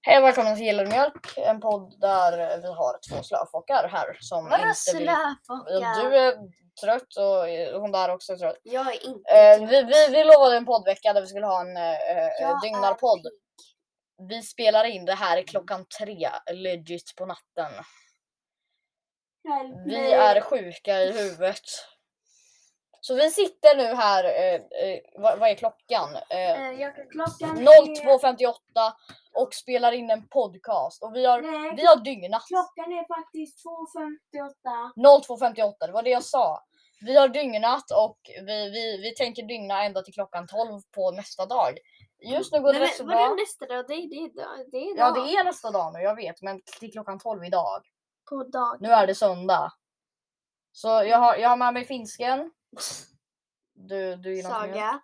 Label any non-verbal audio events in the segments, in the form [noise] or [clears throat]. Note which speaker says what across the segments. Speaker 1: Hej och välkomna till Gillad Mjölk, en podd där vi har två slöfockar här som
Speaker 2: Vadå
Speaker 1: inte vill... Ja,
Speaker 2: slöfockar?
Speaker 1: Du är trött och hon där också är trött.
Speaker 2: Jag är inte
Speaker 1: Eh, vi, vi, vi lovade en poddvecka där vi skulle ha en eh,
Speaker 2: Jag
Speaker 1: dygnarpodd.
Speaker 2: är-
Speaker 1: Vi spelar in det här klockan tre, legit på natten.
Speaker 2: Hjälp mig.
Speaker 1: Vi är sjuka i huvudet. Så vi sitter nu här, eh, eh, vad, vad är klockan? Eh,
Speaker 2: Eh, jag kan klockan är-
Speaker 1: 02.58 och spelar in en podcast och vi har,
Speaker 2: Nej,
Speaker 1: vi har dygnat.
Speaker 2: klockan är faktiskt 2.58.
Speaker 1: 02.58, det var det jag sa. Vi har dygnat och vi, vi, vi tänker dygna ända till klockan 12 på nästa dag. Just nu går det
Speaker 2: Nej,
Speaker 1: rätt så
Speaker 2: men vadå
Speaker 1: bra.
Speaker 2: nästa dag? Det är det idag. Det är
Speaker 1: Ja,
Speaker 2: idag.
Speaker 1: det är nästa dag nu, jag vet, men till klockan 12 idag.
Speaker 2: På dagen.
Speaker 1: Nu är det söndag. Så jag har, jag har med mig finsken. Du, du gillar inte mjölk.
Speaker 2: Saga.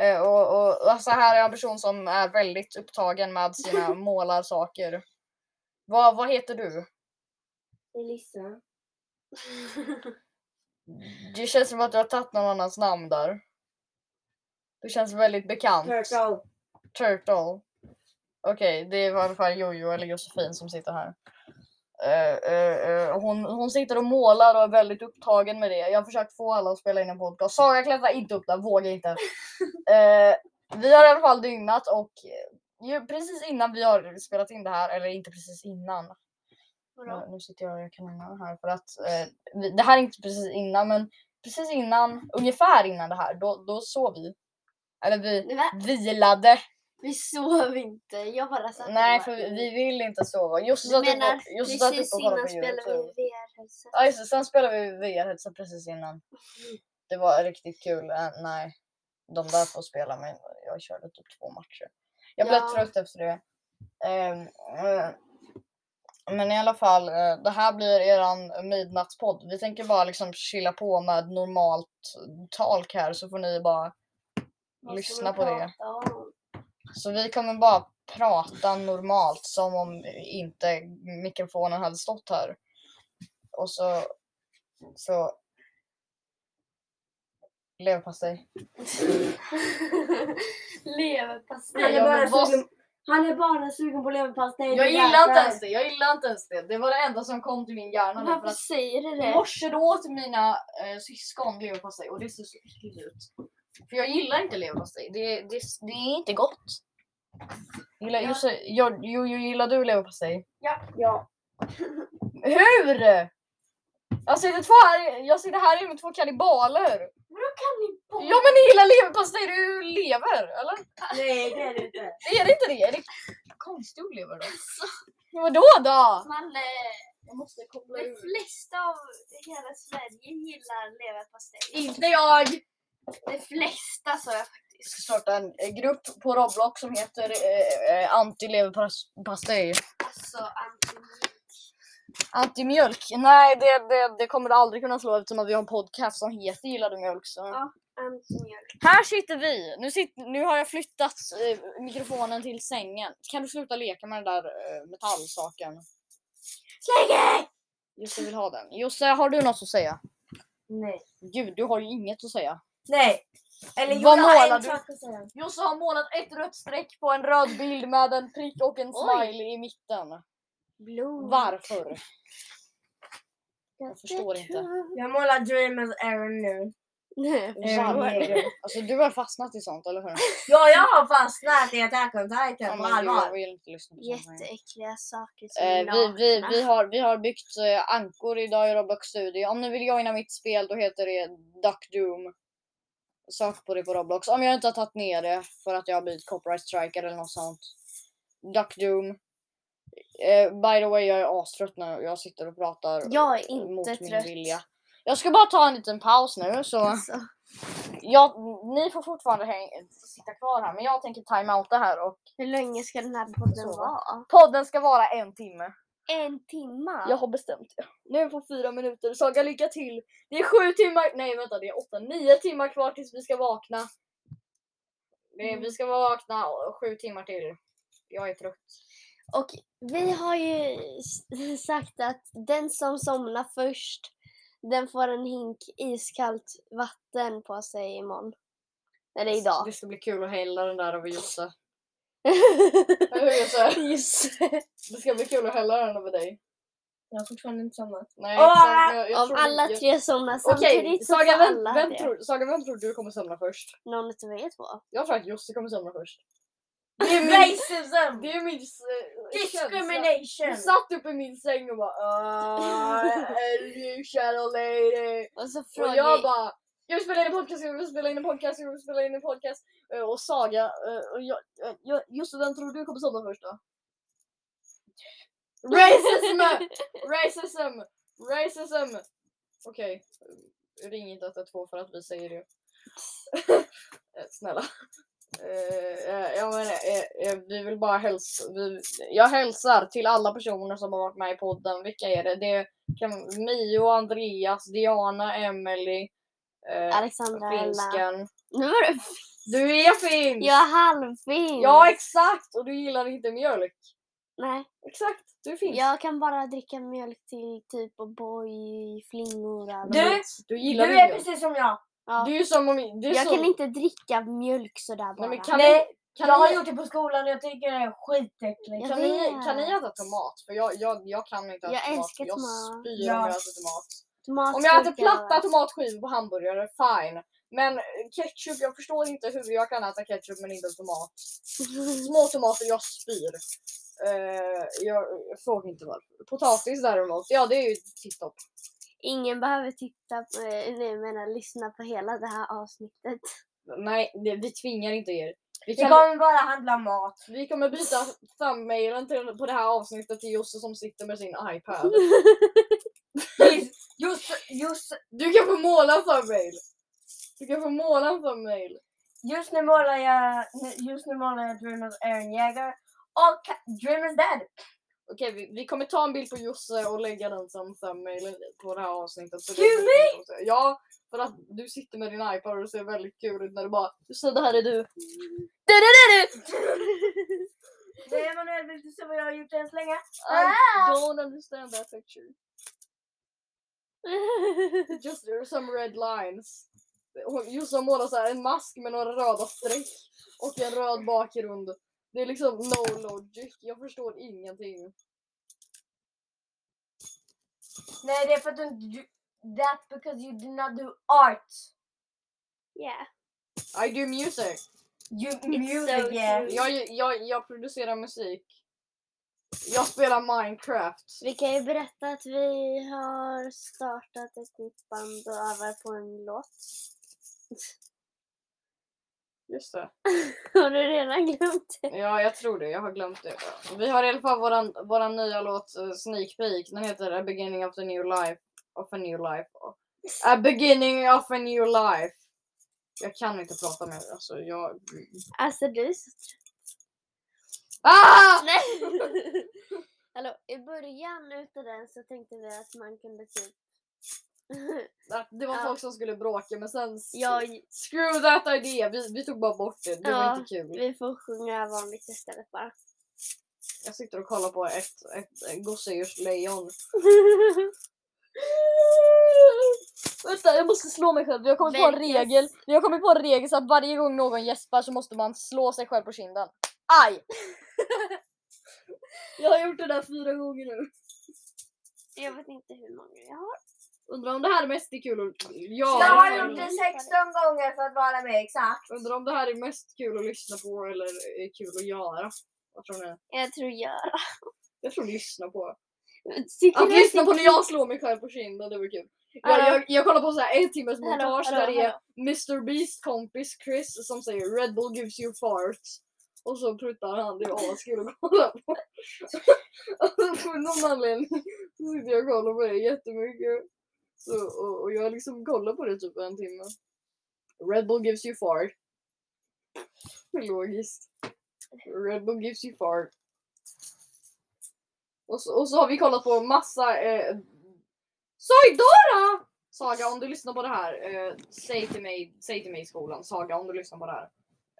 Speaker 1: Eh, och, och, och så här är jag en person som är väldigt upptagen med
Speaker 2: [laughs]
Speaker 1: sina målarsaker. Vad, vad heter du?
Speaker 2: [laughs] Elisa.
Speaker 1: Det känns som att du har tagit någon annans namn där. Du känns väldigt bekant.
Speaker 2: Turtle.
Speaker 1: Turtle. Okej, det är i alla fall Jojo eller Josefin som sitter här. Eh, eh, eh, hon, hon sitter och målar och är väldigt upptagen med det. Jag har försökt få alla att spela in en podcast. Saga klättrar inte upp där, vågar inte. Eh, vi har i alla fall dygnat och eh, ju, precis innan vi har spelat in det här, eller inte precis innan,
Speaker 2: Vadå?
Speaker 1: nu sitter jag och gör kaninen här för att eh, vi- det här är inte precis innan men precis innan, ungefär innan det här, då, då sov vi. Eller vi
Speaker 2: Nej, men
Speaker 1: vilade.
Speaker 2: Vi sov inte. Jag bara satt
Speaker 1: Nej
Speaker 2: och
Speaker 1: för
Speaker 2: bara-
Speaker 1: vi vi vill inte sova. Just
Speaker 2: Du
Speaker 1: satt upp
Speaker 2: menar
Speaker 1: och, just satt upp
Speaker 2: Precis
Speaker 1: och kollade
Speaker 2: innan
Speaker 1: på
Speaker 2: spelade
Speaker 1: Youtube.
Speaker 2: vi VR-headset.
Speaker 1: Ja just det, sen spelade vi VR-headset precis innan. Det var riktigt kul. Eh, nej, de där får spela men jag körde typ två matcher. Jag blev
Speaker 2: Ja.
Speaker 1: trött efter det. Ehm, eh, men i alla fall, eh, det här blir eran midnattspodd. Vi tänker bara liksom chilla på med normalt talk här så får ni bara
Speaker 2: Vad ska
Speaker 1: lyssna
Speaker 2: vi
Speaker 1: på det.
Speaker 2: prata om? [laughs]
Speaker 1: Så vi kommer bara prata normalt som om inte mikrofonen hade stått här. Och så... så Leverpastej.
Speaker 2: Leverpastej.
Speaker 1: Han är Ja, bara men vad- sugen-
Speaker 2: han är bara sugen på leverpastej.
Speaker 1: Jag gillar inte ens det, jag gillar inte ens det. Det var det enda som kom till min hjärna. nu, för
Speaker 2: Varför
Speaker 1: att
Speaker 2: säger du
Speaker 1: I
Speaker 2: det?
Speaker 1: morse då åt mina eh, syskon leverpastej och det ser så äckligt ut. För jag gillar inte leverpastej, det, det, det är inte gott. Gillar,
Speaker 2: Ja.
Speaker 1: just, jag, jo, jo, gillar du leverpastej?
Speaker 2: Ja.
Speaker 1: Hur? Jag sitter, två här, jag sitter här inne med två kannibaler.
Speaker 2: Vadå kannibal?
Speaker 1: Ja men ni gillar leverpastej, det är ju lever eller?
Speaker 2: Nej det är det inte.
Speaker 1: Det är det inte det? Är det konstig lever då? Men Vadå då?
Speaker 2: Man, eh,
Speaker 1: Jag måste koppla
Speaker 2: de flesta av hela Sverige gillar leverpastej.
Speaker 1: Inte jag!
Speaker 2: De flesta sa jag.
Speaker 1: Jag ska starta en eh, grupp på Roblox som heter eh, eh, anti-leverpastej.
Speaker 2: Alltså Antonin.
Speaker 1: Anti-mjölk? Nej det, det, det kommer det aldrig kunna slå eftersom att vi har en podcast som heter Gillar du mjölk? Så.
Speaker 2: Antonin.
Speaker 1: Här sitter vi. Nu, sit, nu har jag flyttat eh, mikrofonen till sängen. Kan du sluta leka med den där eh, metallsaken?
Speaker 2: Släng dig!
Speaker 1: Josse vill ha den. Josse, har du något att säga?
Speaker 2: Nej.
Speaker 1: Gud, du har ju inget att säga.
Speaker 2: Nej. Eller
Speaker 1: Vad målar du?
Speaker 2: du?
Speaker 1: Josse har målat ett rött streck på en röd bild med en prick och en
Speaker 2: Oj.
Speaker 1: smiley i mitten.
Speaker 2: Blod.
Speaker 1: Varför? Jag förstår inte.
Speaker 2: Jag målar Dreamers Aaron nu.
Speaker 3: Nej,
Speaker 1: Varför? Alltså du har fastnat i sånt, eller hur?
Speaker 3: Ja, jag har fastnat i Attack on Titan på
Speaker 1: men gud, jag
Speaker 3: allvar.
Speaker 1: vill inte lyssna på
Speaker 3: [laughs]
Speaker 1: sånt här.
Speaker 2: Jätteäckliga saker som
Speaker 1: Eh,
Speaker 2: är
Speaker 1: vi, vi,
Speaker 2: nakna.
Speaker 1: vi, har, vi har byggt eh, ankor idag i Roblox Studio. Om ni vill joina mitt spel då heter det Duck Doom. Sök på det på Roblox. Om jag inte har tagit ner det för att jag har blivit copyright striker eller något sånt. Duck Doom. Eh, by the way, jag är astrött nu. Jag sitter och pratar
Speaker 2: Jag är
Speaker 1: eh, mot
Speaker 2: inte
Speaker 1: min
Speaker 2: trött.
Speaker 1: vilja. Jag ska bara ta en liten paus nu så
Speaker 2: Alltså,
Speaker 1: jag, ni får fortfarande häng, sitta kvar här men jag tänker timeouta här och
Speaker 2: hur länge ska den här podden
Speaker 1: Sova.
Speaker 2: vara?
Speaker 1: podden ska vara en timme.
Speaker 2: En timma?
Speaker 1: Jag har bestämt det. Nu är vi på fyra minuter. Saga lycka till. Det är sju timmar, nej vänta det är åtta, nio timmar kvar tills vi ska vakna. Det är- Vi ska vakna sju timmar till. Jag är trött.
Speaker 2: Och vi har ju s- [laughs] sagt att den som somnar först, den får en hink iskallt vatten på sig imorgon. Eller
Speaker 1: [laughs]
Speaker 2: idag. [laughs]
Speaker 1: Det ska bli kul att hälla den där över Josse. Eller hur Jesse?
Speaker 3: Just det.
Speaker 1: Det ska bli kul att hälla den över dig.
Speaker 2: Jag har fortfarande inte somnat.
Speaker 1: Nej,
Speaker 2: Åh!
Speaker 1: exakt. Jag- jag
Speaker 3: Om
Speaker 1: tror-
Speaker 3: alla
Speaker 1: jag-
Speaker 3: tre somnar samtidigt
Speaker 1: Okej,
Speaker 3: så
Speaker 1: Saga,
Speaker 3: får
Speaker 1: vem,
Speaker 3: alla
Speaker 1: vem
Speaker 3: det.
Speaker 1: tror, Saga, vem tror du kommer somna först?
Speaker 3: Någon utav er två.
Speaker 1: Jag tror att Josse kommer somna först.
Speaker 2: [laughs] Racism!
Speaker 1: Det är min s- eh, känsla.
Speaker 2: Discrimination!
Speaker 1: Jag satt upp i min säng och bara "Ah, hello shadow lady.
Speaker 3: Och så
Speaker 1: Och
Speaker 3: frågar
Speaker 1: jag bara jag vill spela in en podcast, jag vill spela in en podcast, jag vill spela in en podcast. Eh, Och Saga, eh, och jag, eh, jag, just vem tror du kommer somna först då?
Speaker 3: [laughs]
Speaker 1: Racism! Racism! Racism! Okej, ring inte 112 för att vi säger det. Eh, Snälla. Eh, eh, jag menar, eh, eh, vi vill bara hälsa. Vi, jag hälsar till alla personer som har varit med i podden. Vilka är det? Det är Cam- Mio, Andreas, Diana, Emily, eh,
Speaker 3: Alexandra Ella.
Speaker 1: finsken.
Speaker 3: Nu var det...
Speaker 1: Du är finsk!
Speaker 3: Jag är halvfin.
Speaker 1: Ja, exakt! Och du gillar inte mjölk.
Speaker 3: Nej,
Speaker 1: Exakt, du är finsk.
Speaker 3: jag kan bara dricka mjölk till typ O'boy, flingor och allt.
Speaker 2: Du,
Speaker 1: du
Speaker 2: du
Speaker 1: gillar inte
Speaker 2: är
Speaker 1: mjölk.
Speaker 2: precis som jag.
Speaker 3: Ja.
Speaker 1: Du är som om... Du är
Speaker 3: jag
Speaker 1: som,
Speaker 3: kan inte dricka mjölk sådär bara.
Speaker 1: Nej, men kan,
Speaker 2: Nej,
Speaker 1: ni, kan,
Speaker 2: jag har
Speaker 1: ni,
Speaker 2: gjort det på skolan och jag tycker det är skitäckligt.
Speaker 3: Jag
Speaker 1: kan, ni, kan ni
Speaker 3: vet.
Speaker 1: äta tomat? För jag, jag, jag kan inte äta
Speaker 3: Jag
Speaker 1: tomat.
Speaker 3: älskar
Speaker 1: Jag
Speaker 3: tomat.
Speaker 1: spyr om
Speaker 2: Ja.
Speaker 1: jag äter tomat.
Speaker 3: Tomat
Speaker 1: Om jag äter
Speaker 3: skakar jag
Speaker 1: platta
Speaker 3: av.
Speaker 1: tomatskivor på hamburgare, fine. Men ketchup, jag förstår inte hur jag kan äta ketchup men inte tomat. Små tomater, jag spyr. Eh, jag, jag frågar inte varför. Potatis däremot, ja det är ju tipptopp.
Speaker 3: [laughs] Ingen behöver titta på, eh, nej, jag menar lyssna på hela det här avsnittet.
Speaker 1: Nej, det, vi tvingar inte er. Vi,
Speaker 2: Det
Speaker 1: kan,
Speaker 2: kommer bara handla om mat.
Speaker 1: vi kommer byta thumbmailen till, på det här avsnittet till Josse som sitter med sin iPad.
Speaker 3: [laughs]
Speaker 2: Just, just,
Speaker 1: Du kan få måla en thumbmail! Du kan få måla en thumbmail.
Speaker 2: just, nu målar jag, just nu målar jag Dreamers Aaron Jäger och Dreamers Dead.
Speaker 1: Okej, vi, vi kommer ta en bild på Josse och lägga den som thumbmail på det här avsnittet. så det
Speaker 2: Kul,
Speaker 1: blir kul att se. Ja, för att du sitter med din iPad och det ser väldigt kul ut när du bara Josse det här är du.
Speaker 2: Det är Emanuel, vill du se vad jag har gjort än så länge?
Speaker 1: I don't understand that picture. Just there are some red lines. Hon- Josse har målat så här, en mask med några röda streck och en röd bakgrund. Det är liksom no logic, jag förstår ingenting.
Speaker 2: Nej, det är för att du inte... du- That's because you did not do art.
Speaker 3: yeah.
Speaker 1: I do music.
Speaker 2: You
Speaker 3: so
Speaker 2: music,
Speaker 3: true.
Speaker 2: yeah.
Speaker 1: Jag, jag, jag producerar musik. Jag spelar Minecraft.
Speaker 3: Vi kan ju berätta att vi har startat ett nytt band och övar på en låt. [laughs]
Speaker 1: Just det.
Speaker 3: Har du redan glömt det?
Speaker 1: Ja, jag tror det. Jag har glömt det. Vi har i alla fall våran, våran nya låt eh, Sneak Peek. Den heter A Beginning of the New Life. Of a New Life. A Beginning of a New Life. Jag kan inte prata mer. Alltså, jag...
Speaker 3: Alltså du är så
Speaker 1: Ah!
Speaker 3: Nej! Hallå, i början utav den så tänkte vi att man kunde typ...
Speaker 1: Ah, Det var
Speaker 3: Ja.
Speaker 1: folk som skulle bråka men sen... s-
Speaker 3: Jag,
Speaker 1: Screw that idea! Vi, vi tog bara bort det. Det
Speaker 3: Ja.
Speaker 1: var inte kul.
Speaker 3: vi får sjunga vanligt istället bara.
Speaker 1: Jag sitter och kollar på ett, ett, ett gosedjurs lejon. Vänta, jag måste slå mig själv. Vi har kommit på en
Speaker 3: Verkligen.
Speaker 1: regel. Vi har kommit på en regel så att varje gång någon gäspar så måste man slå sig själv på kinden. Aj! [laughs] jag har gjort det där fyra gånger nu.
Speaker 3: [laughs] jag vet inte hur många jag har.
Speaker 1: Undrar om det här är mest är kul att... Ja,
Speaker 2: Jag har
Speaker 3: det är
Speaker 2: gjort det
Speaker 3: roligt.
Speaker 2: 16 gånger för att vara med exakt.
Speaker 1: Undrar om det här är mest kul att lyssna på eller är kul att göra. Vad tror ni?
Speaker 3: Jag tror jag.
Speaker 1: Jag tror lyssna på.
Speaker 3: Tycker
Speaker 1: Att
Speaker 3: du
Speaker 1: lyssna
Speaker 3: att-
Speaker 1: på när jag slår mig själv på kinden, det var kul. Jag,
Speaker 3: Hallå?
Speaker 1: jag, jag kollar på så här en timmes
Speaker 3: Hallå,
Speaker 1: montage
Speaker 3: hallå,
Speaker 1: där det är
Speaker 3: hallå.
Speaker 1: Mr Beast kompis Chris som säger Red Bull gives you farts. Och så pruttar han, det är askul att kolla på. [laughs] Alltså, Av någon anledning så sitter jag och kollar på det jättemycket. Så, och, och jag liksom kollar på det typ en timme. Red Bull gives you fart. Logiskt. Red Bull gives you fart. Och så, och så har vi kollat på massa... Eh, Sojdora! Saga, om du lyssnar på det här, eh, säg, till mig, säg till mig i skolan. Saga, om du lyssnar på det här.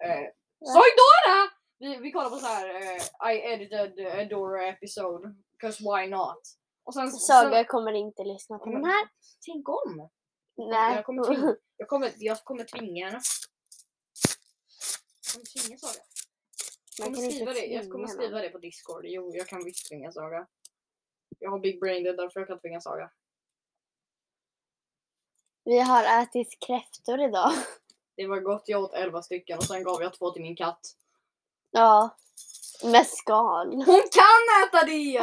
Speaker 1: Eh, Sojdora! Vi, vi kollar på så här, eh, I edited a Dora episode, 'cause why not? Och sen,
Speaker 3: Saga kommer inte lyssna på den här.
Speaker 1: Tänk om!
Speaker 3: Nej.
Speaker 1: Jag kommer
Speaker 3: [laughs]
Speaker 1: tvinga, jag kommer, jag kommer tvinga henne. Jag kommer tvinga Saga.
Speaker 3: Man
Speaker 1: kommer
Speaker 3: kan inte
Speaker 1: skriva det. Jag
Speaker 3: tvinga
Speaker 1: kommer
Speaker 3: någon.
Speaker 1: skriva det på Discord. Jo, jag kan visst tvinga Saga. Jag har big brain, det är därför jag kan tvinga Saga.
Speaker 3: Vi har ätit kräftor idag. [laughs]
Speaker 1: Det var gott, jag åt 11 stycken och sen gav jag två till min katt.
Speaker 3: Ja. Med skal.
Speaker 1: Hon kan äta det!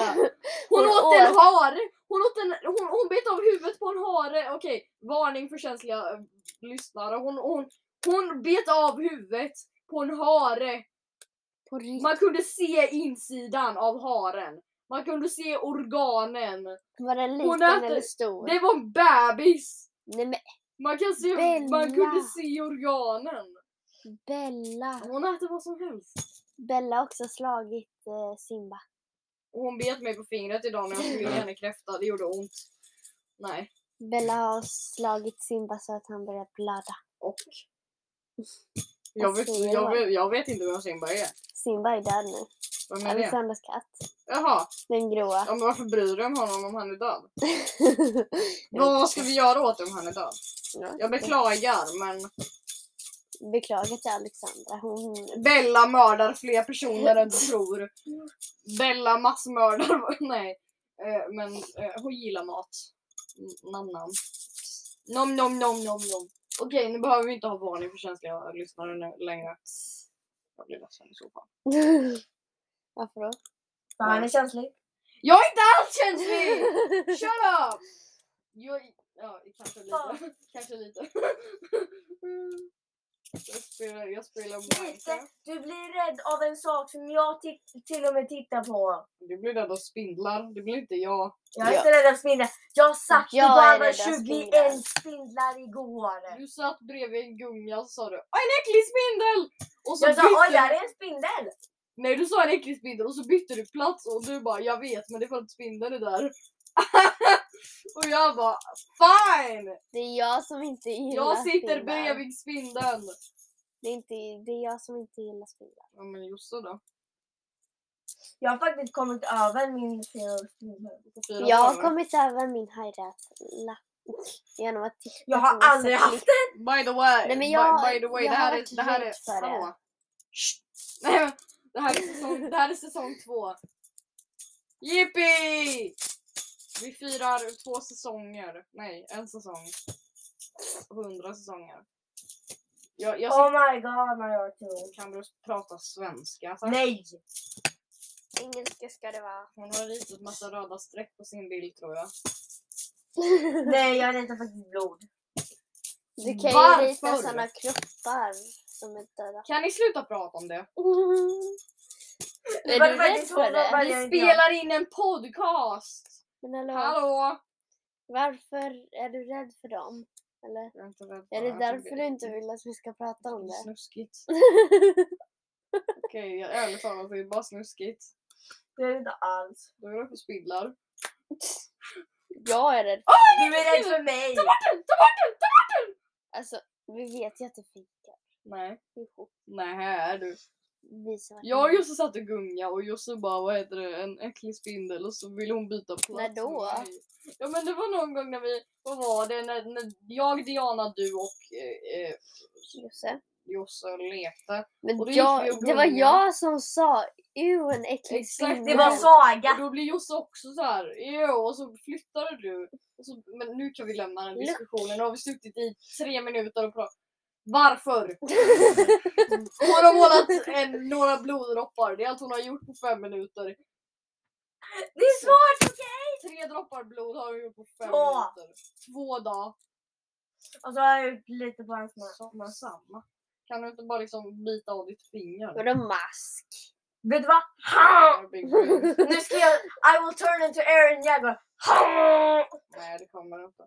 Speaker 1: [laughs] Hon
Speaker 3: Hon
Speaker 1: åt en
Speaker 3: åt.
Speaker 1: hare! Hon, åt en, hon, hon bet av huvudet på en hare. Okej, varning för känsliga eh, lyssnare. Hon, hon, hon bet av huvudet på en hare.
Speaker 3: På riktigt.
Speaker 1: Man kunde se insidan av haren. Man kunde se organen.
Speaker 3: Var den
Speaker 1: Hon
Speaker 3: liten
Speaker 1: äter-
Speaker 3: eller stor?
Speaker 1: Det var en bebis!
Speaker 3: Nej men
Speaker 1: Man, kan se, man kunde
Speaker 3: Bella.
Speaker 1: se organen.
Speaker 3: Bella.
Speaker 1: Hon äter vad som helst.
Speaker 3: Bella har också slagit eh, Simba.
Speaker 1: Och Hon bet mig på fingret idag när jag skulle ge henne kräfta. Det gjorde ont. Nej.
Speaker 3: Bella har slagit Simba så att han börjar blöda.
Speaker 1: Och? Jag vet,
Speaker 3: säger
Speaker 1: jag
Speaker 3: man?
Speaker 1: vet, jag vet inte vem Simba är.
Speaker 3: Simba är död nu.
Speaker 1: Vem är det?
Speaker 3: Alexandras katt.
Speaker 1: Jaha,
Speaker 3: Den
Speaker 1: ja,
Speaker 3: gråa.
Speaker 1: men varför bryr du dig om honom om han är död?
Speaker 3: [laughs]
Speaker 1: Vad ska vi göra åt det om han är död? Jag beklagar men
Speaker 3: Beklagar till Alexandra. Hon... [laughs]
Speaker 1: Bella mördar fler personer än du tror. Bella massmördar, [laughs] nej. Eh, Men eh, hon gillar mat. Mm, Nam nam. Nom nom nom nom nom. Okej, nu behöver vi inte ha varning för känsliga lyssnare nu längre. Jag blir ledsen i så fall.
Speaker 3: Varför då?
Speaker 2: Han är känslig.
Speaker 1: Jag är inte alls
Speaker 3: [laughs]
Speaker 1: känslig! Shut up! Jag, ja, kanske
Speaker 2: Ja.
Speaker 1: lite. [laughs] kanske lite. Mm. jag spelar, jag spelar
Speaker 2: Lite.
Speaker 1: Minecraft.
Speaker 2: Du blir rädd av en sak som jag ti- till och med tittar på.
Speaker 1: Du blir rädd av spindlar, det blir inte jag.
Speaker 2: Jag är
Speaker 3: Ja.
Speaker 2: inte rädd av spindlar. Jag satt ju
Speaker 3: Jag är
Speaker 2: bara
Speaker 3: rädd av
Speaker 2: 21 spindlar igår.
Speaker 1: Du satt bredvid en gumma och sa du Åh en äcklig spindel! Och så
Speaker 2: Jag sa
Speaker 1: bytte
Speaker 2: oj,
Speaker 1: du-
Speaker 2: där är en spindel.
Speaker 1: Nej du sa en äcklig spindel och så bytte du plats och du bara jag vet men det är för att spindeln är där. [laughs] och jag bara fine!
Speaker 3: Det är jag som inte gillar
Speaker 1: Jag sitter
Speaker 3: spindlar.
Speaker 1: bredvid spindeln.
Speaker 3: Det är, inte, det är jag som inte gillar spindlar.
Speaker 1: Ja men just det då.
Speaker 2: Jag har faktiskt kommit över min fel.
Speaker 1: Fyra
Speaker 3: Jag
Speaker 1: dagar.
Speaker 3: har kommit över min hajrädsla. Genom att titta
Speaker 2: Jag har
Speaker 3: på massa
Speaker 2: aldrig haft
Speaker 3: klipp.
Speaker 1: By the way,
Speaker 3: Nej, men
Speaker 1: by-
Speaker 3: jag-
Speaker 1: by the way,
Speaker 3: jag
Speaker 1: det
Speaker 3: har
Speaker 1: här är,
Speaker 3: varit
Speaker 1: det här är,
Speaker 3: rädd för det.
Speaker 1: hallå. Shh. Nej, men, det här är säsong, det här är säsong två. Yippee! Vi firar två säsonger, nej en säsong. Hundra säsonger. Jag, jag
Speaker 2: Oh my god, Mario Kart.
Speaker 1: sitter, kan du prata svenska? tack?
Speaker 2: Nej!
Speaker 3: Engelska ska det vara.
Speaker 1: Hon har ritat massa röda streck på sin bild tror jag.
Speaker 2: Nej, jag ritar faktiskt blod.
Speaker 3: [laughs] Du kan ju rita
Speaker 1: Varför?
Speaker 3: sådana kroppar som är döda.
Speaker 1: Kan ni sluta prata om det?
Speaker 3: Är
Speaker 2: var
Speaker 3: du rädd
Speaker 2: väldigt
Speaker 3: för
Speaker 2: svårt att
Speaker 3: det?
Speaker 2: bara-
Speaker 1: Vi
Speaker 2: jag- jag-
Speaker 1: spelar in en podcast!
Speaker 3: Men hallå,
Speaker 1: Hallå!
Speaker 3: varför är du rädd för dem? Eller?
Speaker 1: Jag är inte rädd för
Speaker 3: Är det
Speaker 1: här, jag
Speaker 3: därför
Speaker 1: tycker-
Speaker 3: du inte vill att vi ska prata om
Speaker 1: [laughs]
Speaker 3: det?
Speaker 1: Snuskigt. Okej, jag ärligt talat, det är bara snuskigt.
Speaker 2: Det är det inte alls.
Speaker 1: Då är det för spindlar.
Speaker 3: Jag är rädd.
Speaker 2: Du är rädd för mig!
Speaker 3: Alltså, vi vet ju att det funkar.
Speaker 1: Nej.
Speaker 3: Jo,
Speaker 1: Nej, här är du.
Speaker 3: vi som har varit
Speaker 1: Jag och
Speaker 3: med.
Speaker 1: Josse satt och gungade och Josse bara, vad heter det, en äcklig spindel och så ville hon byta plats.
Speaker 3: När då?
Speaker 1: med mig. Ja men det var någon gång när vi, vad var det, när, när jag, Diana, du och eh, eh,
Speaker 3: Josse.
Speaker 1: Josse lekte.
Speaker 3: Men
Speaker 1: Och då gick vi och
Speaker 3: jag, det var
Speaker 1: gungade.
Speaker 3: jag som sa Ew, en äcklig
Speaker 1: Exakt, det
Speaker 2: Det
Speaker 3: spindel.
Speaker 2: var Saga!
Speaker 1: Och då blev Josse också så här, jo, och så flyttade du. Och så, men nu kan vi lämna den
Speaker 3: Look.
Speaker 1: diskussionen, nu har vi suttit i tre minuter och pratat.
Speaker 2: [laughs]
Speaker 1: Varför? Hon har målat en, några bloddroppar, det är allt hon har gjort på fem minuter.
Speaker 2: Det är svårt!
Speaker 1: Tre droppar blod har hon gjort på fem
Speaker 2: Två.
Speaker 1: minuter. Två dagar.
Speaker 2: Och så har jag gjort lite på hans
Speaker 1: Samma,
Speaker 2: mamma.
Speaker 1: samma. Kan du inte bara liksom bita av ditt finger?
Speaker 3: Vadå mask?
Speaker 1: [laughs]
Speaker 2: Vet du vad?
Speaker 1: Big brain.
Speaker 2: Nu ska jag... I will turn into Aaron Jagger.
Speaker 1: Nej det kommer inte.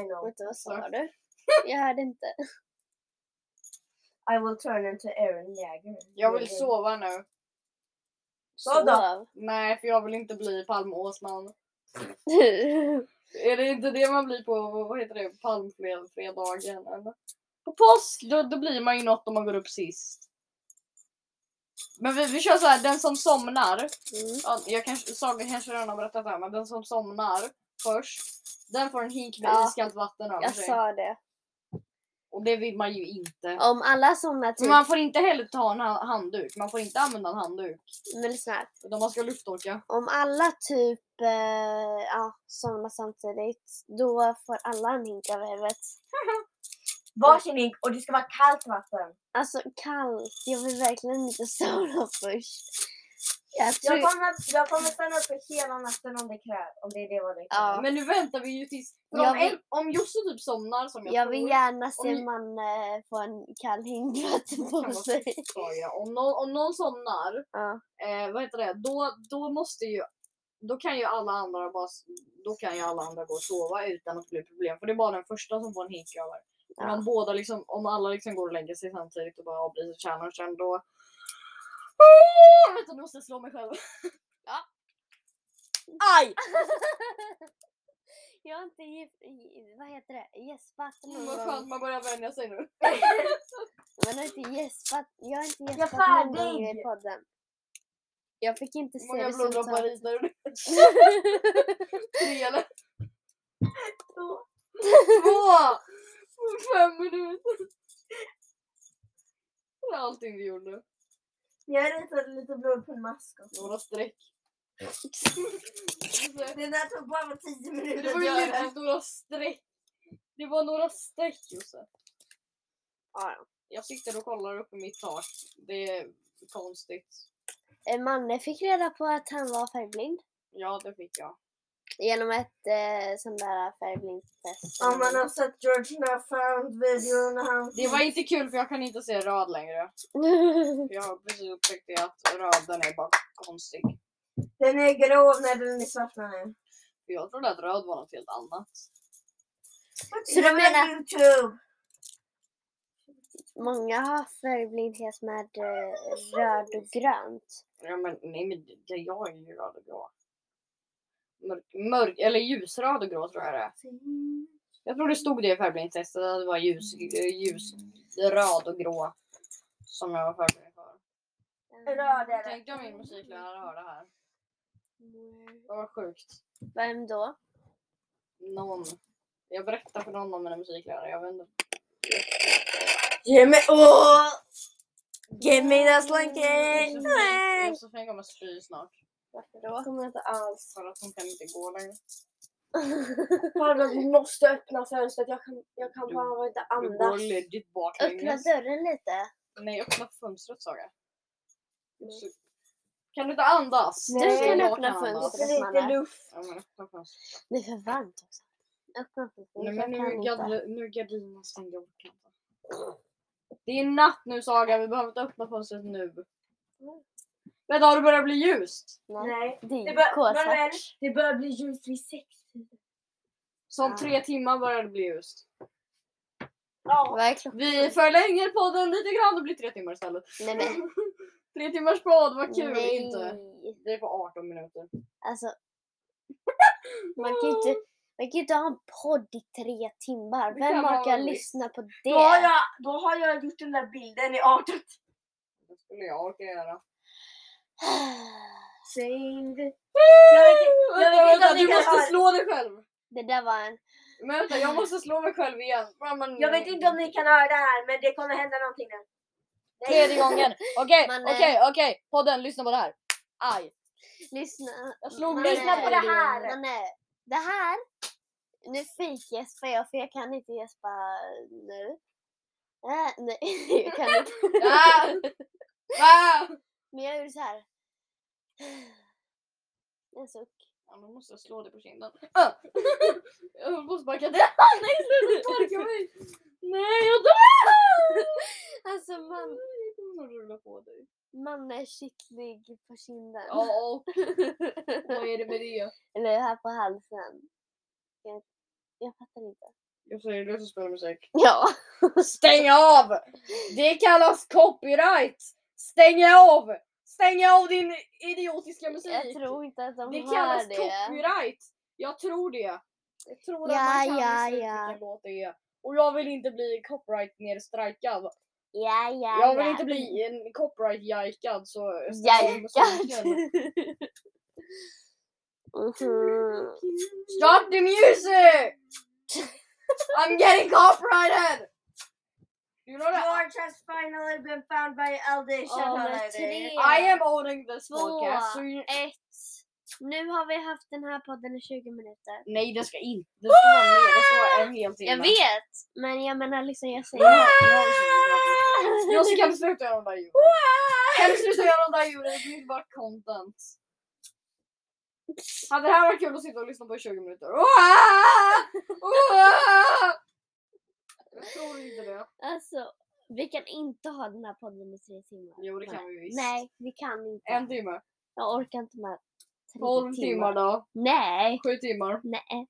Speaker 2: I know.
Speaker 3: Vänta, vad
Speaker 1: [laughs]
Speaker 3: sa du? Jag hörde inte.
Speaker 2: I will turn into Aaron Jagger.
Speaker 1: Jag vill sova nu.
Speaker 2: Vad då?
Speaker 3: [laughs] Sov.
Speaker 1: Nej för jag vill inte bli Palme Åsman.
Speaker 3: Mm.
Speaker 1: Är det inte det man blir på, vad heter det, palmfredagen eller? På påsk, då, då blir man ju något om man går upp sist. Men vi, vi kör så här, den som somnar,
Speaker 3: Mm.
Speaker 1: ja, jag kanske, Saga kanske redan har berättat det här, men den som somnar först, den får en hink med
Speaker 3: Ja.
Speaker 1: iskallt vatten över
Speaker 3: Jag
Speaker 1: sig.
Speaker 3: sa det.
Speaker 1: Och det vill man ju inte.
Speaker 3: Om alla somnar
Speaker 1: Men
Speaker 3: typ,
Speaker 1: man får inte heller ta en ha- handduk. Man får inte använda en handduk.
Speaker 3: men lyssna.
Speaker 1: Utan man ska lufttorka.
Speaker 3: Om alla typ eh, ja, somnar samtidigt, då får alla en hink över huvudet.
Speaker 2: Varsin hink och det ska vara kallt vatten.
Speaker 3: Alltså kallt, jag vill verkligen inte [laughs] somna först. Jag tror...
Speaker 2: Jag kommer, jag kommer stanna uppe hela natten om det krävs. Om det är det vad det
Speaker 3: Ja.
Speaker 2: krävs.
Speaker 1: Men nu väntar vi ju tills... För
Speaker 3: Jag
Speaker 1: om,
Speaker 3: vill-
Speaker 1: en- om Josse typ somnar som jag,
Speaker 3: Jag
Speaker 1: tror.
Speaker 3: vill gärna se
Speaker 1: ni-
Speaker 3: man eh, få en kall
Speaker 1: [laughs]
Speaker 3: hinkvatten
Speaker 1: Kan
Speaker 3: på
Speaker 1: vara
Speaker 3: sig.
Speaker 1: sa jag. Om, någon, om någon somnar,
Speaker 3: Ja.
Speaker 1: eh, vad heter det, då, då måste ju... Då kan ju alla andra bara... s- Då kan ju alla andra gå och sova utan att det blir problem. För det är bara den första som får en hink över. Men
Speaker 3: Ja.
Speaker 1: om båda liksom, om alla liksom går och lägger sig samtidigt och bara avbryter challengen då... Oh, vänta nu måste jag slå mig själv.
Speaker 3: Ja.
Speaker 1: Aj!
Speaker 3: Jag har inte gift, i- vad heter det, gäspat någon
Speaker 1: Mm, [laughs] Vad
Speaker 3: gång.
Speaker 1: skönt man börjar vänja sig nu.
Speaker 3: Man har inte gäspat, jag har inte
Speaker 2: är
Speaker 3: gäspat någon gång
Speaker 2: färdig.
Speaker 3: i podden. Jag fick inte
Speaker 1: Hur
Speaker 3: se
Speaker 1: många bloddroppar
Speaker 3: resultatet.
Speaker 1: ritar
Speaker 3: [laughs]
Speaker 1: du? [laughs] Tre eller?
Speaker 2: Två.
Speaker 1: Två! På fem minuter. Det var allting du gjorde.
Speaker 2: Jag ritade lite blod på en mask också.
Speaker 1: Några streck.
Speaker 2: Det där tog bara 10 minuter
Speaker 1: Det var
Speaker 2: att
Speaker 1: ju
Speaker 2: göra.
Speaker 1: legit några streck. Det var några streck Josef.
Speaker 3: Ja, ja.
Speaker 1: Jag sitter och kollar upp i mitt tak. Det är konstigt.
Speaker 3: Eh, Manne fick reda på att han var färgblind
Speaker 1: Ja, det fick jag.
Speaker 3: genom ett eh, sån där färgblindtest.
Speaker 2: Ja, man har sett George när jag found videon när han...
Speaker 3: Mm.
Speaker 1: Det var inte kul för jag kan inte se röd längre. Jag har precis upptäckt det att röden är bara konstig.
Speaker 2: Den är grå när den är svart när den är.
Speaker 1: För jag trodde att röd var något helt annat.
Speaker 3: Så du menar-
Speaker 2: Youtube.
Speaker 3: [laughs] Många har färgblindhet med eh, röd och grönt.
Speaker 1: Ja, men nej, men det- det- jag är ju röd och grå. Mörk, mörk, eller ljusröd och grå tror jag det är. Jag tror det stod det i färgblindtestet att det var ljus, ljus, röd och grå som jag var färgblind för.
Speaker 2: Röd är det.
Speaker 1: Tänk om min musiklärare hör det här. Det var sjukt.
Speaker 3: Vem då?
Speaker 1: någon. Jag berättade för någon om mina musiklärare. Jag vet inte.
Speaker 2: Ge mig... Åh! Ge mig den slanken!
Speaker 1: Josefin- Josefin kommer spy snart.
Speaker 3: Varför då?
Speaker 2: kommer inte alls.
Speaker 1: För att hon kan inte gå längre.
Speaker 2: Farbror, vi måste öppna fönstret. Jag kan, jag kan
Speaker 1: Du-
Speaker 2: bara inte
Speaker 1: Du går
Speaker 2: andas.
Speaker 1: legit
Speaker 3: Öppna
Speaker 1: baklänges.
Speaker 3: dörren lite.
Speaker 1: Nej, öppna fönstret sa jag. Så- Kan du inte andas?
Speaker 2: Du kan
Speaker 1: Jag
Speaker 3: öppna
Speaker 1: andas.
Speaker 2: Det är
Speaker 3: fönstret.
Speaker 2: för lite luft.
Speaker 1: Ja, men öppna fönstret.
Speaker 3: Det är för varmt också. Öppna inte.
Speaker 1: Nej, men nu
Speaker 3: jag
Speaker 1: är
Speaker 3: kan inte.
Speaker 1: gard- nu är gardinerna stängda. Jag orkar inte. Det är natt nu Saga. Vi behöver inte öppna fönstret nu. Vänta, har det börjat bli ljust?
Speaker 3: Nej.
Speaker 2: Nej.
Speaker 3: Det
Speaker 2: Det
Speaker 3: är
Speaker 2: bör- men-
Speaker 3: kolsvart.
Speaker 2: Det börjar bli ljust vid sex.
Speaker 1: Så om
Speaker 3: Ja.
Speaker 1: tre timmar börjar det bli ljust.
Speaker 2: Ja.
Speaker 3: Vad är klockan?
Speaker 1: Vi förlänger podden lite grann, det blir tre timmar istället.
Speaker 3: Nej men.
Speaker 1: Tre timmars podd, vad kul!
Speaker 3: Nej.
Speaker 1: Inte. Det är på 18 minuter.
Speaker 3: Alltså. Man kan ju inte, man kan ju inte ha en podd i tre timmar.
Speaker 1: Det
Speaker 3: Vem
Speaker 1: kan man
Speaker 3: orkar
Speaker 1: väl.
Speaker 3: lyssna på det?
Speaker 2: Då har, jag, då har jag gjort den där bilden i 18
Speaker 1: Det skulle jag orka göra.
Speaker 2: Save. Jag vet inte- jag
Speaker 1: Vänta,
Speaker 2: vet inte
Speaker 1: vänta,
Speaker 2: om ni
Speaker 1: du
Speaker 2: kan
Speaker 1: måste
Speaker 2: höra.
Speaker 1: slå dig själv!
Speaker 3: [sighs] Det där var en...
Speaker 1: Men vänta, jag måste slå mig själv igen. Ja, men-
Speaker 2: Jag vet inte om ni kan höra det här men det kommer hända någonting nu.
Speaker 1: Tredje gången! Okej,
Speaker 3: Man, eh,
Speaker 1: okej, okej! Podden, lyssna på det här! Aj!
Speaker 3: Lyssna.
Speaker 1: Jag slog
Speaker 3: Man eh,
Speaker 1: mig
Speaker 2: lyssna
Speaker 3: är-
Speaker 2: på det här.
Speaker 1: [laughs]
Speaker 3: Man är, det här. Nu fikgäspar jag för jag kan inte gäspa nu. Äh, nej, [laughs] jag kan inte.
Speaker 1: Ah! Ah!
Speaker 3: Men jag gjorde så här. Alltså, En suck.
Speaker 1: Ja, nu måste jag slå dig på kinden. Ah! Jag höll på att sparka dig. Nej, sluta sparka mig! Nej, jag dör!
Speaker 3: Alltså man,
Speaker 1: Jag kommer snart rulla på dig.
Speaker 3: man är kittlig på kinden.
Speaker 1: Ja, och vad är det med det?
Speaker 3: Eller här på halsen. Jag, jag fattar inte.
Speaker 1: Jag säger du som spelar musik.
Speaker 3: Ja.
Speaker 1: Stäng av! Det kallas copyright! Stäng av! Stäng av din idiotiska musik!
Speaker 3: [laughs] Jag tror inte att de
Speaker 1: det
Speaker 3: hör
Speaker 1: kallas
Speaker 3: det.
Speaker 1: copyright! Jag tror det. Jag tror
Speaker 3: Ja,
Speaker 1: att man kan
Speaker 3: ja,
Speaker 1: besluta
Speaker 3: ja.
Speaker 1: vilken låt det är. Och jag vill inte bli copyright nerstrajkad.
Speaker 3: Ja, ja,
Speaker 1: Jag vill
Speaker 3: ja.
Speaker 1: inte bli en copyright jajkad så...
Speaker 3: Jajkad! [laughs] Mhm.
Speaker 1: Stop the music! I'm getting copyrighted! You know that
Speaker 2: George has finally been found by Elder
Speaker 3: Ja, men
Speaker 2: Shadow.
Speaker 3: tre-
Speaker 1: I am owning this
Speaker 3: Två.
Speaker 1: podcast. So you...
Speaker 3: Ett. Nu har vi haft den här podden i 20 minuter.
Speaker 1: Nej det ska inte. Det ska vara mer. Det ska vara en hel timme.
Speaker 3: Jag vet! Men jag menar liksom, jag säger...
Speaker 1: Ja, ja, Josse kan du sluta göra de där djuren? Kan du sluta göra de där djuren? Det blir inte bara content. Hade det här varit kul att sitta och lyssna på i 20 minuter? Jag tror inte det.
Speaker 3: Alltså, vi kan inte ha den här podden i tre timmar.
Speaker 1: Jo det kan vi visst.
Speaker 3: Nej, vi kan inte.
Speaker 1: En timme.
Speaker 3: Jag orkar inte med tre
Speaker 1: 12 timmar då.
Speaker 3: Nej,
Speaker 1: 7 timmar.
Speaker 3: nej,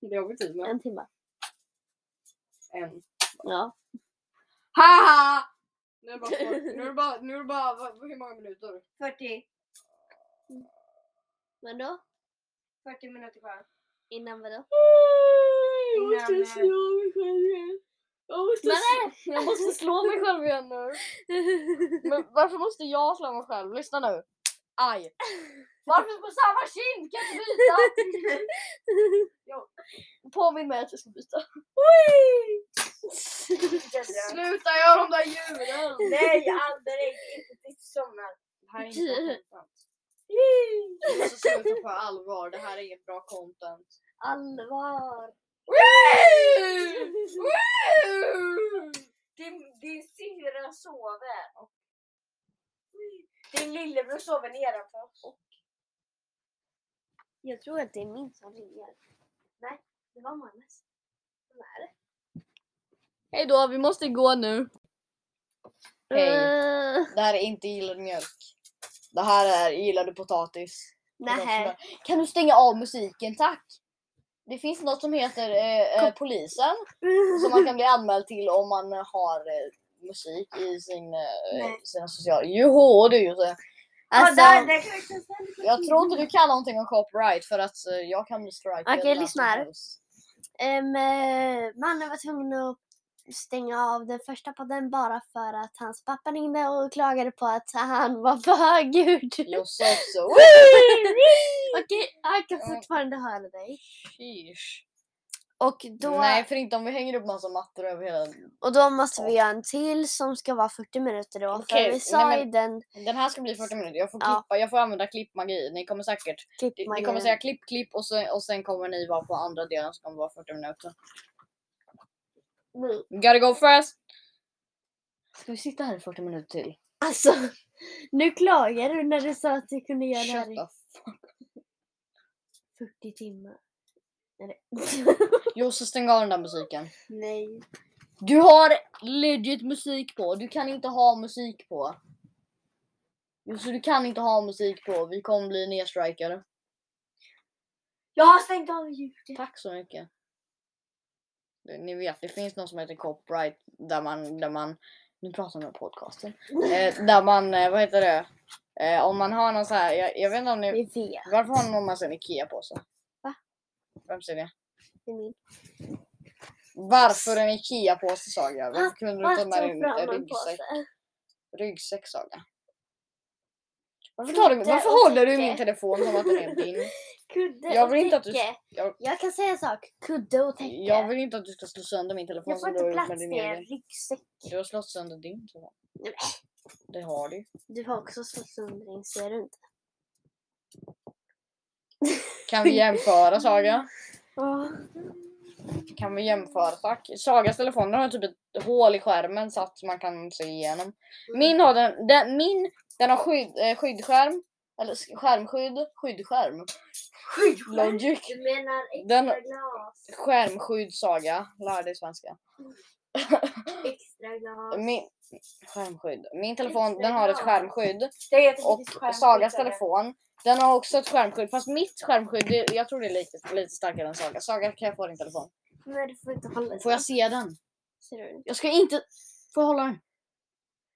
Speaker 1: Det har vi tid med.
Speaker 3: en timme.
Speaker 1: En.
Speaker 3: Ja.
Speaker 1: Haha! Nu är det bara, nu är det bara, nu är det bara vad- hur många minuter?
Speaker 2: 40.
Speaker 3: Men då?
Speaker 2: 40 minuter kvar.
Speaker 3: Innan
Speaker 1: [laughs]
Speaker 3: vadå?
Speaker 1: Jag måste
Speaker 2: Innan, eh,
Speaker 1: slå mig själv igen. Jag måste,
Speaker 3: Men
Speaker 1: slå, jag måste slå mig själv igen nu. Men varför måste jag slå mig själv? Lyssna nu. Aj. Varför på samma kind? Kan jag inte byta? [laughs] Påminn mig att jag ska byta. [laughs] Sluta göra de där djuren!
Speaker 2: [laughs] Nej, aldrig. Inte tills sommar.
Speaker 1: Det här är inte [laughs] bra content. Vi måste sluta på allvar. Det här är inget bra content.
Speaker 3: Allvar.
Speaker 2: Din, din syrra sover. Din lillebror sover nedanför.
Speaker 3: Jag tror att det är min som ringer. Nej, det var Mannes. Vem är det?
Speaker 1: Hej då, vi måste gå nu. Hej.
Speaker 3: Eh,
Speaker 1: Det här är inte gillad mjölk. Det här är gillade potatis. Det är de som
Speaker 3: nej.
Speaker 1: gör- Kan du stänga av musiken tack? Det finns något som heter eh, eh, polisen som man kan bli anmäld till om man eh, har eh, musik i sin, eh,
Speaker 2: Nej.
Speaker 1: sina sociala... Joho du Jose!
Speaker 3: Alltså,
Speaker 2: ja, där, där kan vi ta sen.
Speaker 1: Jag tror inte du kan någonting om copyright för att eh, jag kan strike.
Speaker 3: Okej,
Speaker 1: eller vad
Speaker 3: lyssna
Speaker 1: som
Speaker 3: här.
Speaker 1: helst.
Speaker 3: ehm, eh, mannen var tvungen att stänga av den första podden bara för att hans pappa ringde och klagade på att han var för högljudd.
Speaker 1: Josse
Speaker 3: [laughs]
Speaker 1: också.
Speaker 3: Okej, jag kan
Speaker 1: Ja.
Speaker 3: fortfarande höra dig.
Speaker 1: Sheesh.
Speaker 3: Och då,
Speaker 1: Nej för inte om vi hänger upp massa mattor över hela...
Speaker 3: och då måste vi göra en till som ska vara 40 minuter då.
Speaker 1: Okej,
Speaker 3: För vi
Speaker 1: nej
Speaker 3: sa
Speaker 1: men-
Speaker 3: i den
Speaker 1: Den här ska bli 40 minuter. Jag får
Speaker 3: Ja.
Speaker 1: klippa, jag får använda klippmagi. Ni kommer säkert Ni- Ni kommer
Speaker 3: klippmagen-
Speaker 1: säga klipp, klipp och sen, och sen kommer ni vara på andra delen som kommer vara 40 minuter.
Speaker 3: Mm.
Speaker 1: Gotta go fast! Ska vi sitta här i 40 minuter till?
Speaker 3: Alltså, nu klagar du när du sa att vi kunde göra det här
Speaker 1: Shut
Speaker 3: i
Speaker 1: up.
Speaker 3: 40 timmar.
Speaker 1: [laughs]
Speaker 3: Eller-
Speaker 1: Josse stäng av den där musiken.
Speaker 3: Nej.
Speaker 1: Du har legit musik på. Du kan inte ha musik på. Josse du kan inte ha musik på. Vi kommer bli nedstrikade.
Speaker 2: Jag har stängt av ljudet.
Speaker 1: Tack så mycket. Det- Ni vet, det finns något som heter copyright där man, där man nu pratar jag om podcasten, eh, där man, eh, vad heter det, eh, om man har någon så här, jag, jag vet inte om ni,
Speaker 3: Vi vet.
Speaker 1: varför har någon massa en IKEA-påse?
Speaker 3: Va?
Speaker 1: Vem säger det?
Speaker 3: det är min.
Speaker 1: Varför en IKEA-påse sa jag?
Speaker 3: Ah,
Speaker 1: Varför kunde du inte
Speaker 3: Varför
Speaker 1: ta med din eh,
Speaker 3: fram en
Speaker 1: ryggsäck?
Speaker 3: påse?
Speaker 1: Ryggsäck sa jag. Varför, tar du,
Speaker 3: Kudde
Speaker 1: varför
Speaker 3: och
Speaker 1: håller du i
Speaker 3: täcke.
Speaker 1: min telefon som att den är
Speaker 3: [laughs]
Speaker 1: din?
Speaker 3: Kudde
Speaker 1: Jag
Speaker 3: och
Speaker 1: vill inte att du-
Speaker 3: täcke.
Speaker 1: jag-
Speaker 3: jag kan säga en sak. Kudde och täcke.
Speaker 1: Jag vill inte att du ska slå sönder min telefon
Speaker 3: Jag får
Speaker 1: som du har
Speaker 3: inte
Speaker 1: gjort
Speaker 3: plats
Speaker 1: med din
Speaker 3: i en
Speaker 1: egen.
Speaker 3: ryggsäck.
Speaker 1: Du har slått sönder din telefon.
Speaker 3: Nej,
Speaker 1: Det har du.
Speaker 3: Du har också slått sönder din, ser du inte?
Speaker 1: Kan vi jämföra Saga?
Speaker 3: Åh,
Speaker 1: Mm. Kan vi jämföra tack? Sagas telefon den har typ ett hål i skärmen så att man kan se igenom. Min har den, den, min, den har skydd, eh, skyddskärm. Eller sk- skärmskydd, skyddskärm. Logic.
Speaker 3: Du menar extra
Speaker 1: Den-
Speaker 3: glas?
Speaker 1: Skärmskydd Saga, lär dig svenska.
Speaker 3: Extra glas.
Speaker 1: Min, skärmskydd. Min telefon den har ett skärmskydd.
Speaker 2: Det heter faktiskt
Speaker 1: Och
Speaker 2: skärmskydd,
Speaker 1: Sagas
Speaker 2: sa jag.
Speaker 1: telefon den har också ett skärmskydd. Fast mitt skärmskydd, det- jag tror det är lite, lite starkare än Saga. Saga kan jag få din telefon?
Speaker 3: Nej, du får inte hålla i
Speaker 1: Får jag se den?
Speaker 3: Ser du inte?
Speaker 1: Jag ska inte... Får jag hålla den?